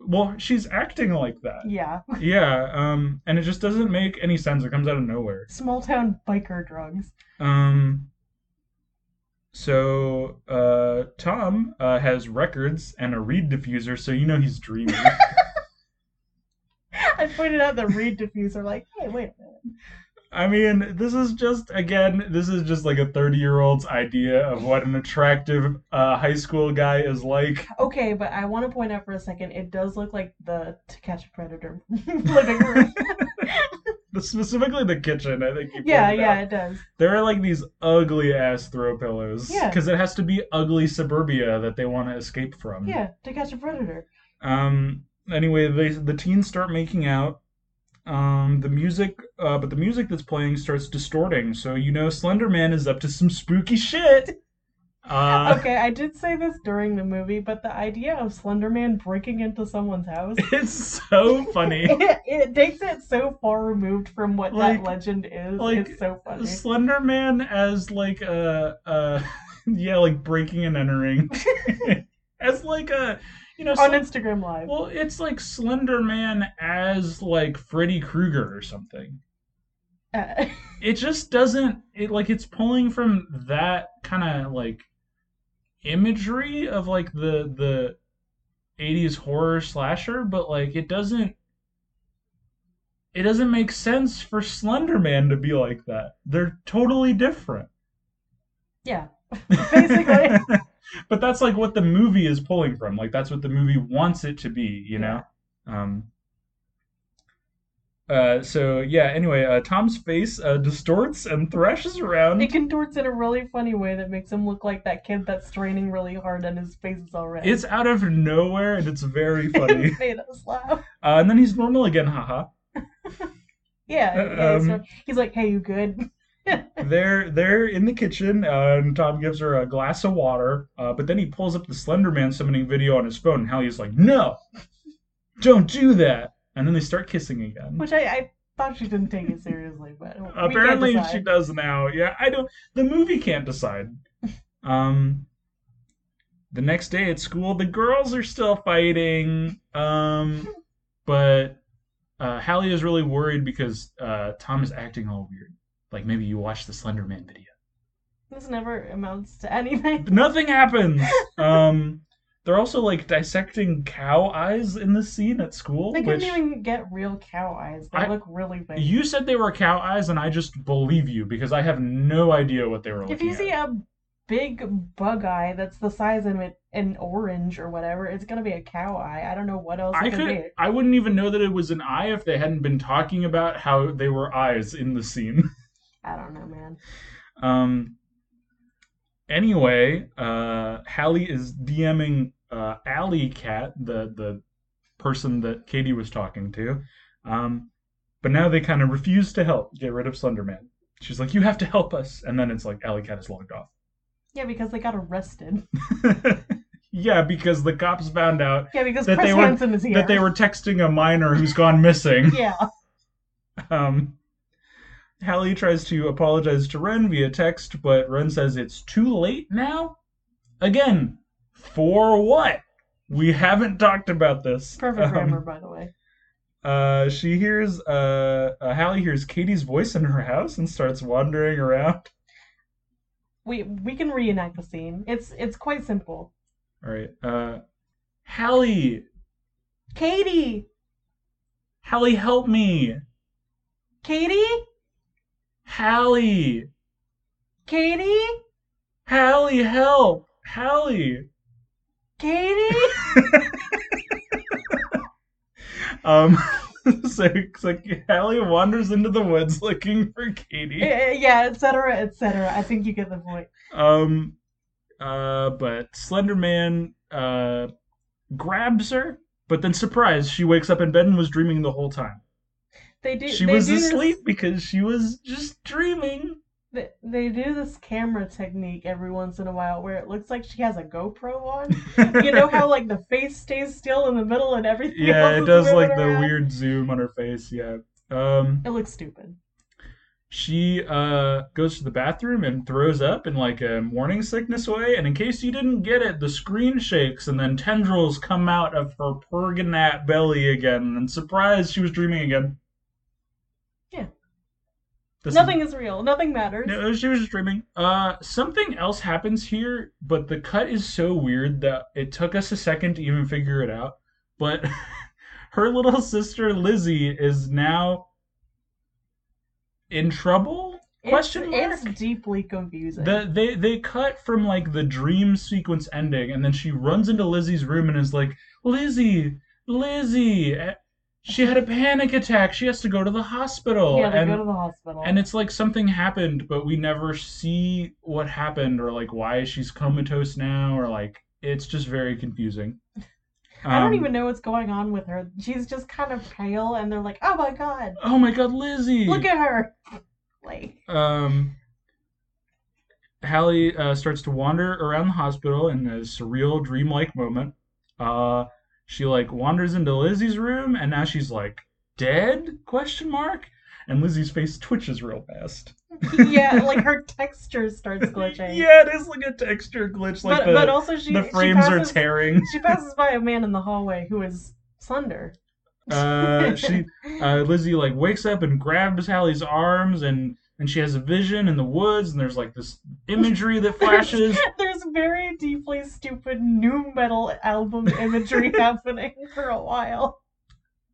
well, she's acting like that. Yeah. Yeah, um and it just doesn't make any sense. It comes out of nowhere. Small town biker drugs. Um. So uh, Tom uh, has records and a reed diffuser, so you know he's dreaming. I pointed out the reed diffuser, like, hey, wait a minute. I mean, this is just again, this is just like a thirty-year-old's idea of what an attractive uh, high school guy is like. Okay, but I want to point out for a second, it does look like the To Catch a Predator living room. Specifically, the kitchen. I think. You yeah, pointed yeah, out. it does. There are like these ugly ass throw pillows. Yeah. Because it has to be ugly suburbia that they want to escape from. Yeah, To Catch a Predator. Um. Anyway, they the teens start making out. Um. The music, uh, but the music that's playing starts distorting, so you know Slender Man is up to some spooky shit. Uh, okay, I did say this during the movie, but the idea of Slenderman breaking into someone's house. It's so funny. It, it takes it so far removed from what Like- that legend is. like, it's so funny. Slender Man as like a, a yeah, like breaking and entering. as like a you know On Sl- Instagram Live. well, it's like Slender Man as like Freddy Krueger or something. Uh, It just doesn't it like it's pulling from that kind of like imagery of like the the 80s horror slasher, but like it doesn't it doesn't make sense for Slender Man to be like that. They're totally different. yeah, basically. but that's like what the movie is pulling from. Like that's what the movie wants it to be, you know? Um uh, so yeah. Anyway, uh, Tom's face uh, distorts and thrashes around. it contorts in a really funny way that makes him look like that kid that's straining really hard and his face is all red. It's out of nowhere and it's very funny. It made us laugh. uh, and then he's normal again. Haha. Yeah, yeah, he's Um, like- he's like, "Hey, you good?" They're they're in the kitchen, uh, and Tom gives her a glass of water. Uh, but then he pulls up the Slender Man summoning video on his phone, and Hallie's like, "No, don't do that." And then they start kissing again. Which I, I thought she didn't take it seriously, but we can't Apparently she decide. does now. Yeah, I don't. The movie can't decide. Um, the next day at school, the girls are still fighting. Um, but uh, Hallie is really worried because uh, Tom is acting all weird. Like maybe you watched the Slender Man video. This never amounts to anything. Nothing happens. Um, they're also like dissecting cow eyes in the scene at school, They couldn't which. even get real cow eyes. They I- look really big. You said they were cow eyes, and I just believe you because I have no idea what they were looking if you at. see a big bug eye that's the size of it, an orange or whatever, it's gonna be a cow eye. I don't know what else I it could, could be. I wouldn't even know that it was an eye if they hadn't been talking about how they were eyes in the scene. I don't know, man. Um anyway, uh Hallie is DMing uh Alley Cat, the the person that Katie was talking to. Um but now they kind of refuse to help get rid of Slenderman. She's like, You have to help us and then it's like Alley Cat is logged off. Yeah, because they got arrested. yeah, because the cops found out Yeah, because That Chris they were- Hansen is here. that they were texting a minor who's gone missing. Yeah. Um, Hallie tries to apologize to Ren via text, but Ren says it's too late now. Again, for what? We haven't talked about this. Perfect Um, grammar, by the way. Uh, she hears uh, uh, Hallie hears Katie's voice in her house and starts wandering around. We we can reenact the scene. It's it's quite simple. All right, uh, Hallie, Katie, Hallie, help me, Katie, Hallie, Katie, Hallie, help, Hallie. Katie. Um, so it's like Hallie wanders into the woods looking for Katie. Eh, eh, yeah, etc., etc. I think you get the point. Um, uh, but Slender Man uh, grabs her, but then surprise, she wakes up in bed and was dreaming the whole time. They do. She they was do this- asleep because she was just dreaming. They, they do this camera technique every once in a while where it looks like she has a GoPro on. you know how like the face stays still in the middle and everything. yeah, else it is does moving like the around? weird zoom on her face. Yeah. Um, It looks stupid. she uh goes to the bathroom and throws up in like a morning sickness way. And in case you didn't get it, the screen shakes and then tendrils come out of her pergonat belly again. And surprise, she was dreaming again. Yeah. This is- Nothing is real. Nothing matters. no, she was just dreaming. Uh, something else happens here, but the cut is so weird that it took us a second to even figure it out. But her little sister Lizzie is now in trouble. It's- Question mark. It's deeply confusing. The, they they cut from like the dream sequence ending, and then she runs into Lizzie's room and is like, "Lizzie, Lizzie, eh, she had a panic attack. She has to go to the hospital." yeah, they oh, and go to the hospital. and it's like something happened, but we never see what happened or like why she's comatose now or like it's just very confusing. I don't Um, even know what's going on with her. She's just kind of pale, and they're like, "Oh my god, Oh my god, Lizzie! look at her!" Like, um, Hallie uh, starts to wander around the hospital in a surreal, dreamlike moment. Uh, she like wanders into Lizzie's room, and now she's like dead? Question mark. And Lizzie's face twitches real fast. yeah, like her texture starts glitching. yeah, it is like a texture glitch, like but, the but also she the she frames passes, are tearing. She passes by a man in the hallway who is slender. Uh, she uh, Lizzie like wakes up and grabs Hallie's arms, and and she has a vision in the woods, and there's like this imagery that flashes. There's very deeply stupid new metal album imagery happening for a while.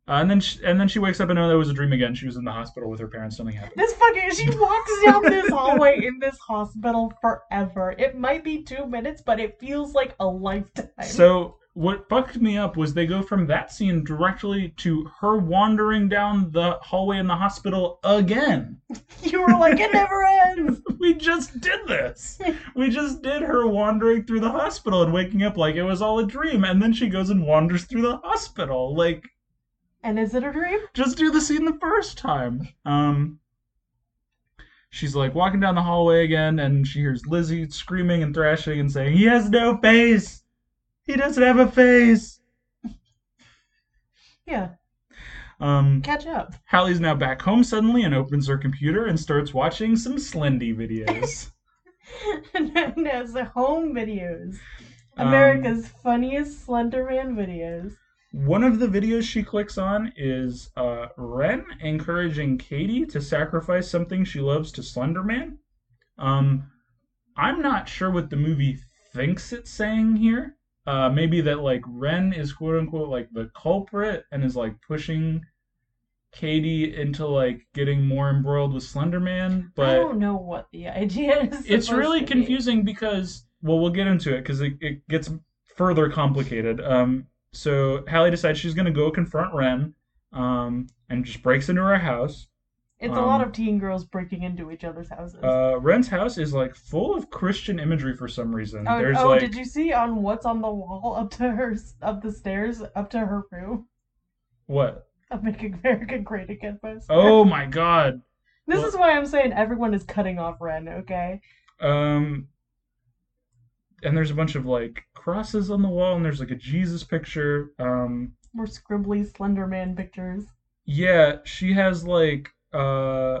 Uh, and then she, and then she wakes up and oh, that was a dream again. She was in the hospital with her parents. Something happened. This fucking she walks down this hallway in this hospital forever. It might be two minutes, but it feels like a lifetime. So what fucked me up was they go from that scene directly to her wandering down the hallway in the hospital again. you were like, it never ends. We just did this. We just did her wandering through the hospital and waking up like it was all a dream, and then she goes and wanders through the hospital like. And is it a dream? just do the scene the first time. Um, she's like walking down the hallway again, and she hears Lizzie screaming and thrashing and saying, "He has no face. He doesn't have a face." Yeah. Um, Catch up. Hallie's now back home suddenly and opens her computer and starts watching some Slendy videos. known as the home videos. Um, America's funniest Slenderman videos. One of the videos she clicks on is uh, Ren encouraging Katie to sacrifice something she loves to Slenderman. Um, I'm not sure what the movie thinks it's saying here. Uh, maybe that like Ren is quote unquote like the culprit and is like pushing Katie into like getting more embroiled with Slenderman, I but don't know what the idea is. it's supposed really to be. confusing because well we'll get into it because it, it gets further complicated um so hallie decides she's going to go confront ren um and just breaks into her house It's a lot um, of teen girls breaking into each other's houses. uh ren's house is like full of christian imagery for some reason oh, there's oh, like did you see on what's on the wall up to her, up the stairs, up to her room? what I'm making America great again poster. oh my god this is why I'm saying everyone is cutting off Ren. Okay, um and there's a bunch of like crosses on the wall and there's like a jesus picture um more scribbly Slenderman pictures. Yeah, she has like uh i-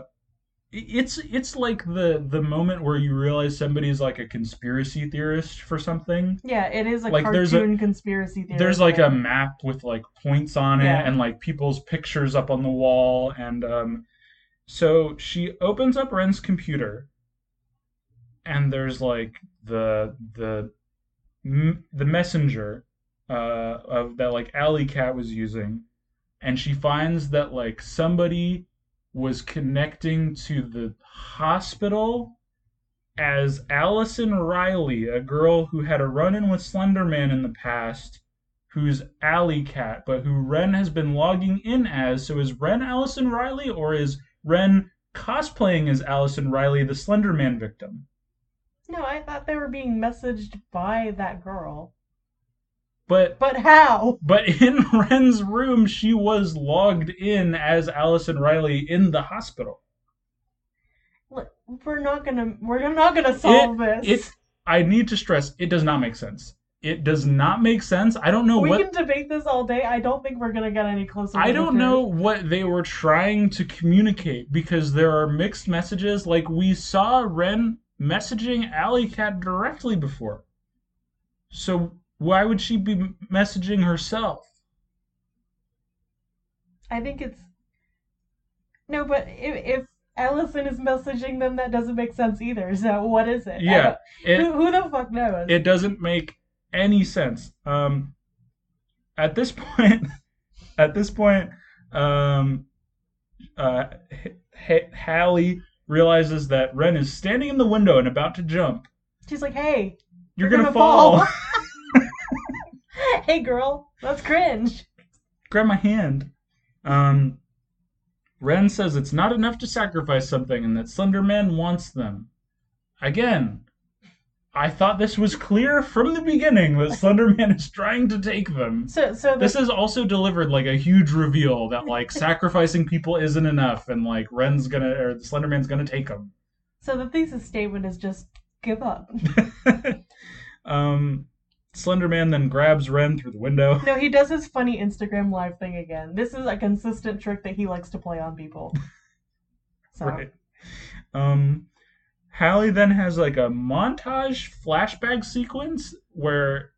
it's it's like the the moment where you realize somebody's like a conspiracy theorist for something. Yeah, it is a Like, there's a- cartoon conspiracy theory. There's like um, a thing. map with like points on it Yeah. and like people's pictures up on the wall and um so she opens up Ren's computer and there's like the the m- the messenger uh of that like Alley Cat was using and she finds that like somebody was connecting to the hospital as Allison Riley, a girl who had a run-in with Slenderman in the past, who's Alley Cat, but who Ren has been logging in as. So is Ren Allison Riley, or is Ren cosplaying as Allison Riley, the Slenderman victim? No, I thought they were being messaged by that girl. But But how? but in Ren's room, she was logged in as Allison Riley in the hospital. Look, We're not gonna. We're not gonna solve this. it i need to stress it does not make sense it does not make sense i don't know we what can debate this all day. I don't think we're gonna get any closer. to i the don't truth. know what they were trying to communicate because there are mixed messages like we saw ren messaging alley cat directly before so why would she be m- messaging herself I think it's no, but if, if Allison is messaging them, that doesn't make sense either. So what is it? I yeah don't- it, who, who the fuck knows? it doesn't make any sense. Um, at this point, at this point, um, uh, H- H- Hallie realizes that Ren is standing in the window and about to jump. She's like, hey, You're, You're gonna, gonna fall. fall. hey, girl, that's cringe. Grab my hand. Um, Ren says it's not enough to sacrifice something and that Slender Man wants them. Again, I thought this was clear from the beginning that Slender Man is trying to take them. So, so the, This is also delivered like a huge reveal that like sacrificing people isn't enough, and like Ren's gonna or Slenderman's gonna take them. so the thesis statement is just give up. um, Slender Man then grabs Ren through the window. No, he does his funny Instagram live thing again. This is a consistent trick that he likes to play on people. So, Right. Um, Hallie then has like a montage flashback sequence where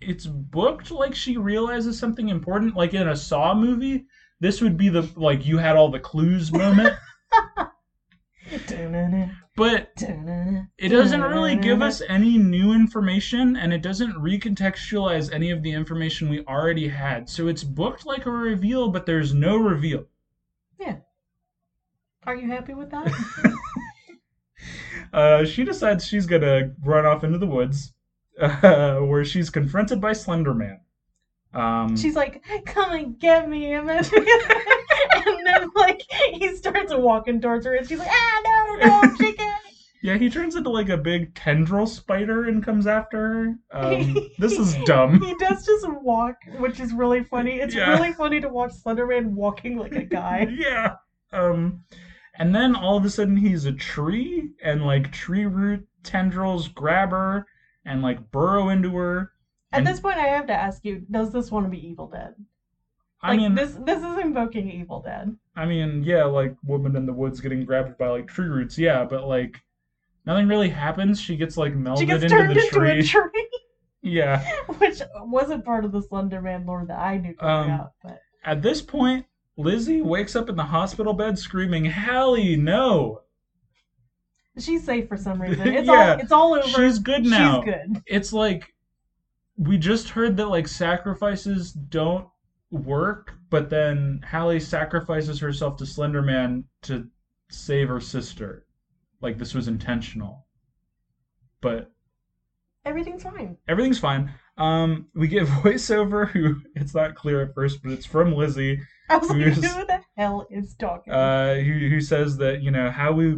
it's booked like she realizes something important, like in a Saw movie. This would be the like you had all the clues moment, Dun-dun-dun, but dun-dun-dun. it doesn't really give us any new information and it doesn't recontextualize any of the information we already had. So it's booked like a reveal, but there's no reveal. Are you happy with that? Uh, she decides she's gonna run off into the woods, uh, where she's confronted by Slender Man. Um, She's like, "Come and get me!" And then, and then like he starts walking towards her, and she's like, "Ah, no, no, no, chicken!" yeah, he turns into like a big tendril spider and comes after her. Um, this is dumb. He does just walk, which is really funny. It's Yeah. really funny to watch Slenderman walking like a guy. yeah. Um, and then all of a sudden he's a tree, and like tree root tendrils grab her and like burrow into her. At And- this point, I have to ask you: Does this want to be Evil Dead? I like mean, this, this is invoking Evil Dead. I mean, yeah, like woman in the woods getting grabbed by like tree roots, yeah, but like nothing really happens. She gets like melded She gets into turned the into tree. a tree, yeah. which wasn't part of the Slenderman lore that I knew growing Um, up. But At this point, Lizzie wakes up in the hospital bed screaming, "Hallie, no!" she's safe for some reason. It's Yeah. all it's all over. She's good now. She's good. It's like we just heard that like sacrifices don't work, but then Hallie sacrifices herself to Slender Man to save her sister. Like this was intentional. But Everything's fine. everything's fine. Um, we get voiceover who it's not clear at first, but it's from Lizzie, I was like, Who's- who the hell is talking? uh, who who says that you know how we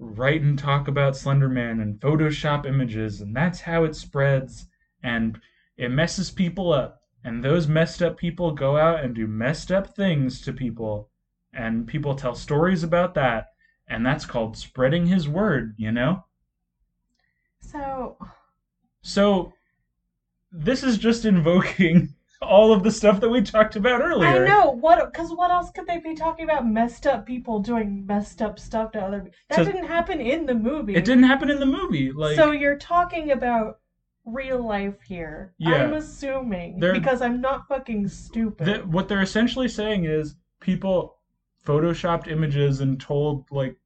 write and talk about Slender Man and Photoshop images, and that's how it spreads, and it messes people up, and those messed up people go out and do messed up things to people, and people tell stories about that, and that's called spreading his word, you know. so So this is just invoking all of the stuff that we talked about I earlier. know what because what else could they be talking about? Messed up people doing messed up stuff to other. That So- didn't happen in the movie. It didn't happen in the movie. Like so you're talking about real life here. Yeah. I'm assuming They're- because I'm not fucking stupid. th- what they're essentially saying is people photoshopped images and told like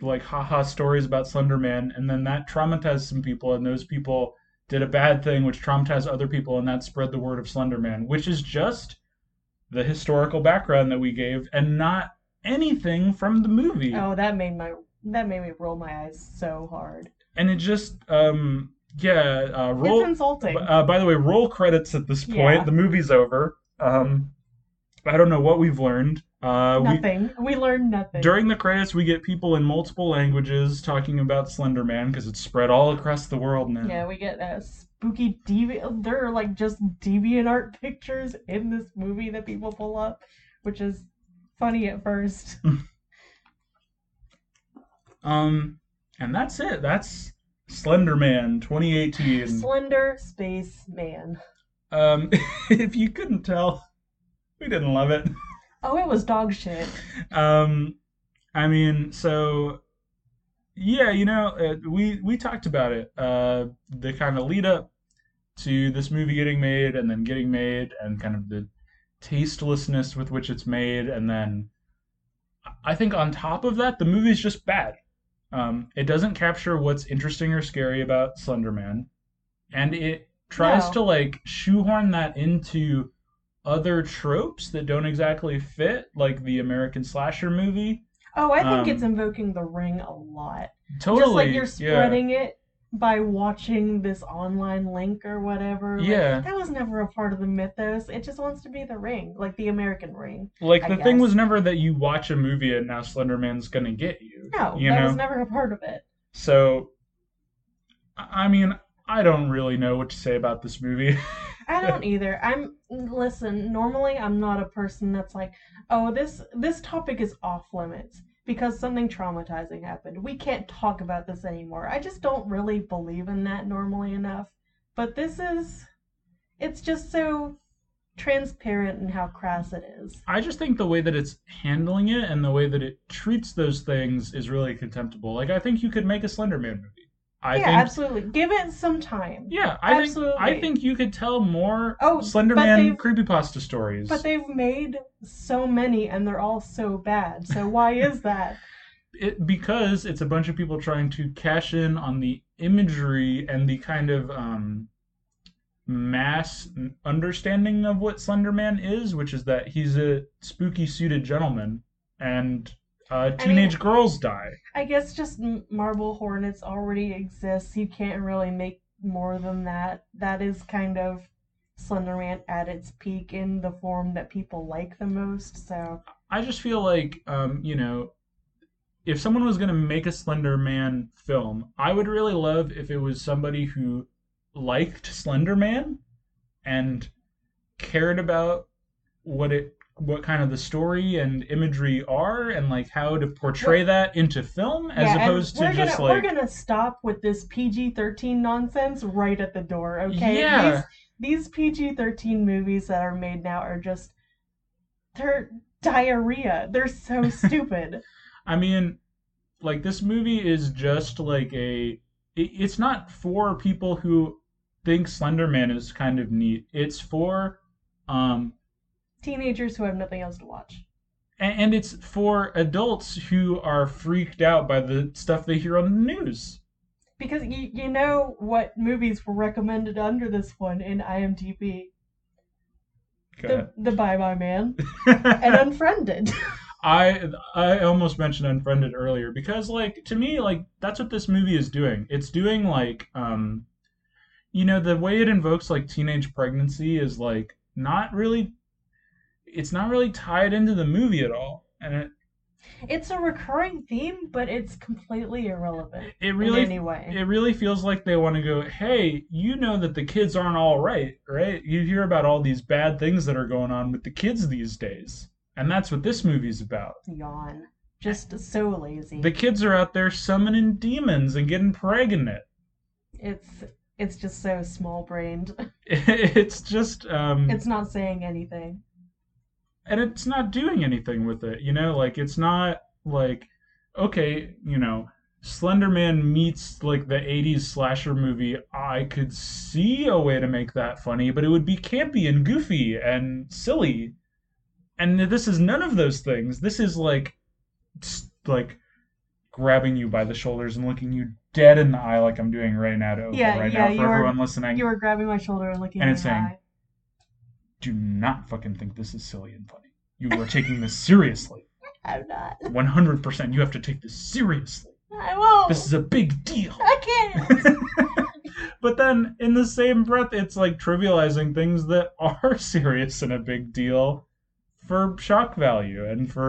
like haha stories about Slenderman and then that traumatized some people and those people did a bad thing which traumatized other people and that spread the word of Slenderman, which is just the historical background that we gave and not anything from the movie. oh, that made my that made me roll my eyes so hard. and it just um yeah uh roll it's insulting. uh, by the way roll credits at this point Yeah. the movie's over um i don't know what we've learned uh we nothing. We, learned nothing. during the credits we get people in multiple languages talking about slender man because it's spread all across the world now yeah, we get uh, spooky deviant. There are like just deviant art pictures in this movie that people pull up, which is funny at first. um and that's it that's slender man 2018 Slender space man. um if you couldn't tell we didn't love it Oh, it was dog shit. um i mean so yeah you know uh, we we talked about it uh the kind of lead up to this movie getting made and then getting made and kind of the tastelessness with which it's made and then i think on top of that the movie's just bad um it doesn't capture what's interesting or scary about slender man and it tries No. to like shoehorn that into other tropes that don't exactly fit, like the American slasher movie. Oh, I think Um, it's invoking the ring a lot. Totally, Just like you're yeah. spreading it by watching this online link or whatever. Like, Yeah. that was never a part of the mythos. It just wants to be the ring, like the American ring. Like I the thing guess. was never that you watch a movie and now Slenderman's gonna get you. No, you that know. was never a part of it. so, I I mean, I don't really know what to say about this movie. I don't either. I'm listen, normally I'm not a person that's like, "Oh, this this topic is off limits." because something traumatizing happened. We can't talk about this anymore. I just don't really believe in that normally enough. But this is it's just so transparent in how crass it is. I just think the way that it's handling it and the way that it treats those things is really contemptible. Like I think you could make a Slender Man movie. I yeah, think absolutely. Give it some time. Yeah, I think I absolutely. think you could tell more Oh, Slender but Man they've- creepypasta stories. But they've made so many and they're all so bad. So why is that? it, because it's a bunch of people trying to cash in on the imagery and the kind of um, mass n- understanding of what Slender Man is, which is that he's a spooky suited gentleman and uh, I mean- teenage girls die. I guess just M- Marble Hornets already exists. You can't really make more than that. That is kind of Slenderman at its peak in the form that people like the most. So I just feel like, um, you know, if someone was going to make a Slender Man film, I would really love if it was somebody who liked Slender Man and cared about what it what kind of the story and imagery are and like how to portray that into film as Yeah, and opposed to we're just gonna, like we're gonna stop with this PG thirteen nonsense right at the door. Okay, Yeah. these, these PG thirteen movies that are made now are just they're diarrhea. They're so stupid. I mean, like this movie is just like a. it- It's not for people who think Slenderman is kind of neat. It's for, um, Teenagers who have nothing else to watch. a- and it's for adults who are freaked out by the stuff they hear on the news. Because you, you know what movies were recommended under this one in IMDb? The, the Bye Bye Man and Unfriended. I I almost mentioned Unfriended earlier because like to me like that's what this movie is doing. It's doing like um you know the way it invokes like teenage pregnancy is like not really it's not really tied into the movie at all. And it it's a recurring theme, but it's completely irrelevant it in really any way. it really feels like they want to go, "Hey, you know that the kids aren't all right, right? You hear about all these bad things that are going on with the kids these days." And that's what this movie's about. Yawn. Just so lazy. The kids are out there summoning demons and getting pregnant. It's it's just so small brained. Mm-hmm. it's just um It's not saying anything. and it's not doing anything with it you know like it's not like okay you know slenderman meets like the 80s slasher movie i could see a way to make that funny but it would be campy and goofy and silly and this is none of those things this is like s- like grabbing you by the shoulders and looking you dead in the eye like i'm doing right now to Opal Yeah, right yeah, now you for were- everyone listening You were grabbing my shoulder and looking And at it's my saying- eye. do not fucking think this is silly and funny. You are taking this seriously. I'm not. 100%. You have to take this seriously. I won't. This is a big deal. I can't. But then, in the same breath, it's like trivializing things that are serious and a big deal for shock value and for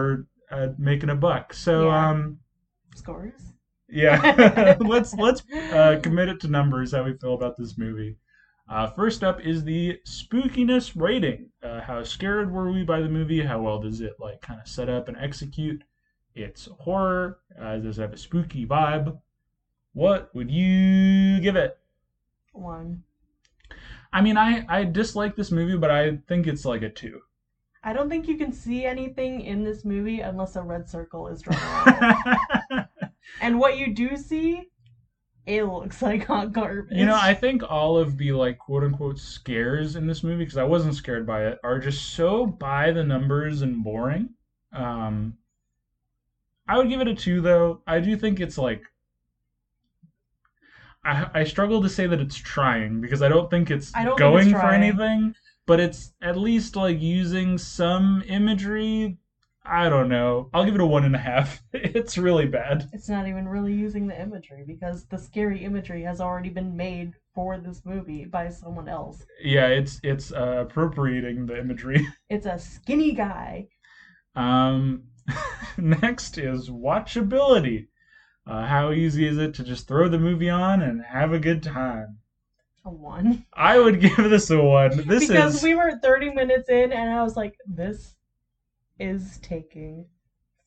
uh, making a buck. So, Yeah. um, Scores. yeah, let's let's uh, commit it to numbers how we feel about this movie. Uh, first up is the spookiness rating. Uh, how scared were we by the movie? How well does it like kind of set up and execute its horror? Uh, does it have a spooky vibe? What would you give it? One. I mean, I I dislike this movie, but I think it's like a two. I don't think you can see anything in this movie unless a red circle is drawn around. it. you and what you do see, it looks like hot garbage. know, I think all of the like quote unquote scares in this movie, because I wasn't scared by it, are just so by the numbers and boring. Um, I would give it a two though. I do think it's like I I struggle to say that it's trying because I don't think it's I don't think going it's for trying. anything, but it's at least like using some imagery. I don't know. I'll give it a one and a half. It's really bad. it's not even really using the imagery because the scary imagery has already been made for this movie by someone else. Yeah, it's it's uh, appropriating the imagery. It's a skinny guy. Um, next is watchability. Uh, how easy is it to just throw the movie on and have a good time? A one. I would give this a one. This because is we were 30 minutes in and I was like, this is taking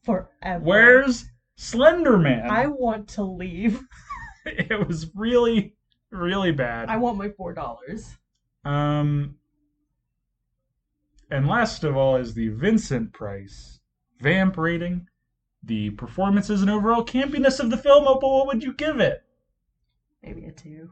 forever. Where's Slender Man? I want to leave. It was really, really bad. I want my four dollars. Um, and last of all is the Vincent Price vamp rating, the performances and overall campiness of the film. Opal, what would you give it? Maybe a two.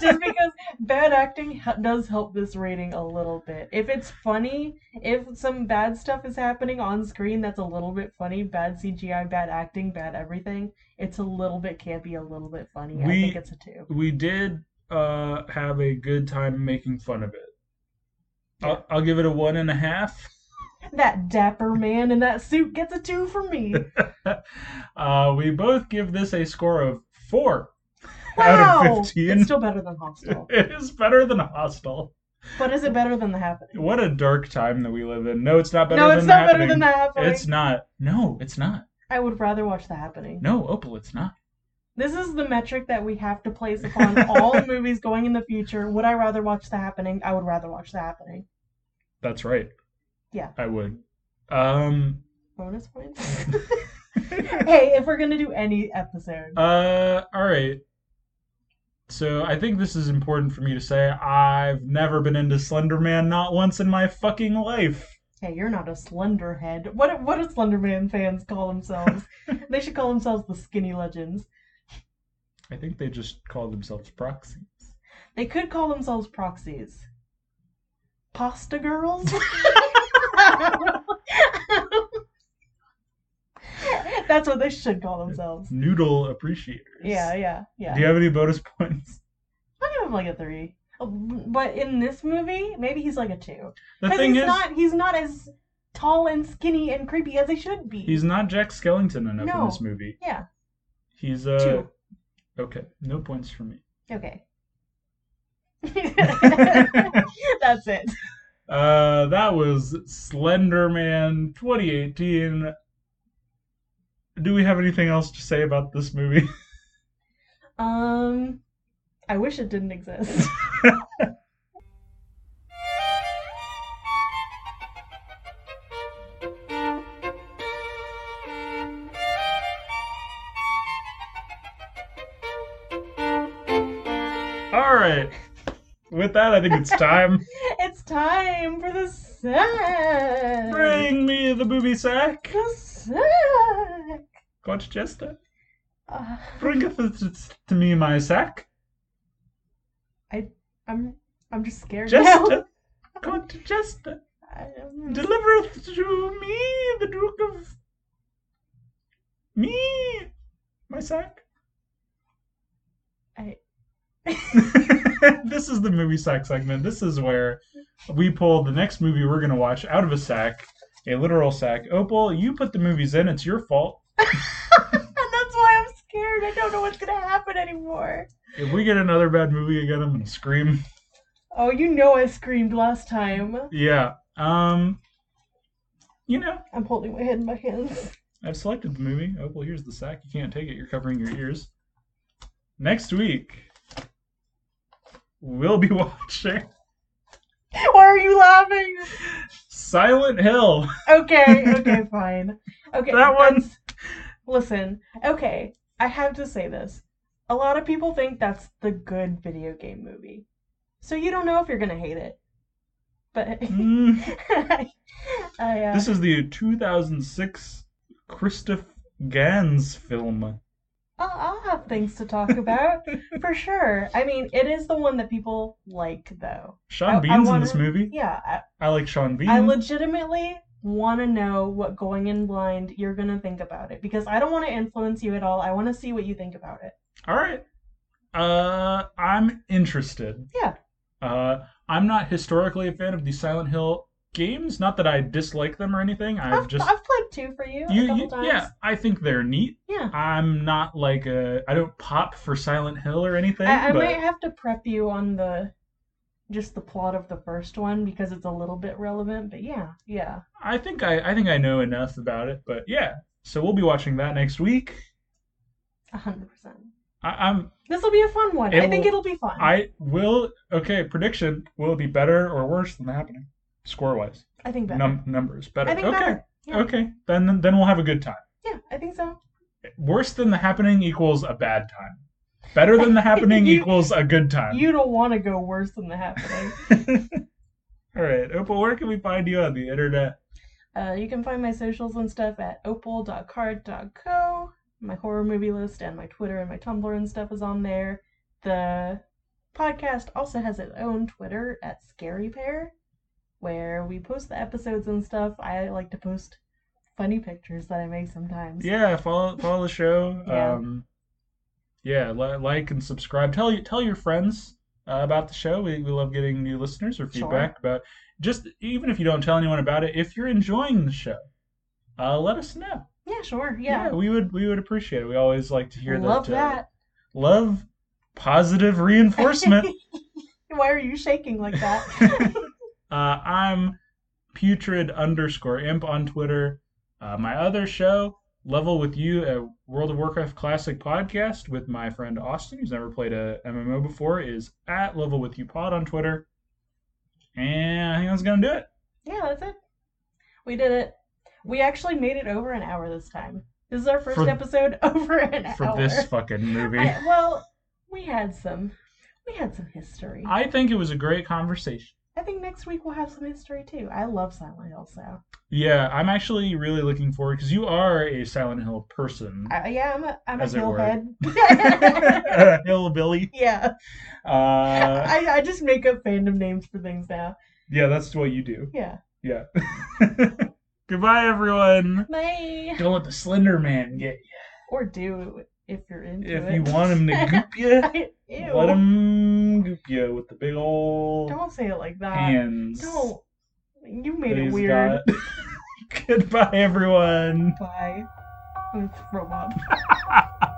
Just because bad acting ha- does help this rating a little bit. If it's funny, if some bad stuff is happening on screen that's a little bit funny, bad CGI, bad acting, bad everything, it's a little bit campy, a little bit funny. I We- think it's a two. we did uh, have a good time making fun of it. I'll, I'll give it a one and a half. That dapper man in that suit gets a two from me. Uh, we both give this a score of four Wow! out of 15. It's still better than Hostel. it is better than Hostel. But is it better than The Happening? What a dark time that we live in. No, it's not better no, than it's The not better Happening. than The Happening. It's not. No, it's not. I would rather watch The Happening. No, Opal, it's not. This is the metric that we have to place upon all movies going in the future. Would I rather watch The Happening? I would rather watch The Happening. That's right. Yeah. I would. Um. Bonus points. hey, if we're gonna do any episode, Uh, all right. So I think this is important for me to say. I've never been into Slender Man, not once in my fucking life. hey, you're not a slenderhead. What what do Slenderman fans call themselves? they should call themselves the Skinny Legends. I think they just call themselves proxies. They could call themselves proxies. Pasta girls? That's what they should call themselves. Noodle appreciators. Yeah, yeah, yeah. Do you have any bonus points? I'll give him like a three. Oh, But in this movie, maybe he's like a two. The Because thing he's is, not he's not as tall and skinny and creepy as he should be. he's not Jack Skellington enough in No. this movie. Yeah. He's uh. two. Okay, no points for me. Okay. That's it. Uh, that was Slender Man 2018. Do we have anything else to say about this movie? Um I wish it didn't exist. All right. With that, I think it's time. it's time for the sack. Bring me the booby sack. The sack. Quote Jester. Uh, Bringeth it to me my sack. I'm I'm just scared now. Jester. Quote Jester. I'm- Delivereth to me the Duke of. Me. My sack. I- this is the movie sack segment. This is where we pull the next movie we're going to watch out of a sack, a literal sack. Opal, you put the movies in. It's your fault. And that's why I'm scared. I don't know what's gonna happen anymore. If we get another bad movie again, I'm gonna scream. Oh, you know I screamed last time. Yeah. Um. You know, I'm holding my head in my hands. I've selected the movie. Oh well, here's the sack. You can't take it. You're covering your ears. Next week, we'll be watching Why are you laughing? Silent Hill. Okay, okay, fine. Okay, That one- that's- Listen, okay, I have to say this. A lot of people think that's the good video game movie, so you don't know if you're gonna hate it. But Mm, I, uh, This is the 2006 Christoph Gans film. I'll, I'll have things to talk about for sure. I mean, it is the one that people like, though. I- Sean I Bean's in wanna- this movie. Yeah, I, I like Sean Bean. I legitimately want to know what going in blind you're going to think about it because I don't want to influence you at all. I want to see what you think about it. All right. Uh, I'm interested. Yeah. Uh, I'm not historically a fan of the Silent Hill games. Not that I dislike them or anything. I've I've, just I've played two for you, a you, couple you times. yeah. I think they're neat. Yeah. I'm not like a. I don't pop for Silent Hill or anything. I, I but might have to prep you on the just the plot of the first one because it's a little bit relevant, but yeah, yeah. I think I, I think I know enough about it. But yeah. So we'll be watching that next week. 100%. I, I'm. This will be a fun one. It I think will- it'll be fun. I will. Okay. Prediction. Will it be better or worse than the happening? Score wise. I think better. Num- numbers better. I think okay. better. Yeah. Okay, then then we'll have a good time. Yeah, I think so. Worse than the happening equals a bad time. Better than the happening You- equals a good time. You don't want to go worse than the happening. All right, Opal, where can we find you on the internet? uh, you can find my socials and stuff at opal.card.co. My horror movie list and my Twitter and my Tumblr and stuff is on there. The podcast also has its own Twitter at Scary Pair, where we post the episodes and stuff. I like to post funny pictures that I make sometimes. Yeah, follow follow the show. Yeah. Um, yeah, li- like and subscribe. Tell you tell your friends uh, about the show. We, we love getting new listeners or feedback about just even if you don't tell anyone about it. If you're enjoying the show, uh, let us know. Yeah, sure. Yeah. we would we would appreciate it. We always like to hear Love that. uh, that. Love positive reinforcement. Why are you shaking like that? Uh, I'm putrid underscore imp on Twitter. Uh, my other show, Level with You, a World of Warcraft classic podcast with my friend Austin, who's never played a MMO before, is at Level with You Pod on Twitter. And I think that's gonna do it. yeah, that's it. We did it. We actually made it over an hour this time. This is our first For- episode over an for hour. this fucking movie. I, I- well, we had some, we had some history. I, think it was a great conversation. think next week we'll have some history too. I love Silent Hill, so Yeah, I'm actually really looking forward because you are a Silent Hill person, I, yeah, I'm a, I'm a As it were. hillhead. Uh, hillbilly. yeah, Uh, I, I just make up fandom names for things now. yeah, that's what you do. Yeah, Yeah. Goodbye, everyone. bye. Don't let the Slender Man get Or do if you're into you. If it. you want him to goop you, I, ew. let him goop you with the big old Don't say it like that. hands. Don't. You that made it he's weird. got. Goodbye, everyone. Bye. I'm gonna throw up.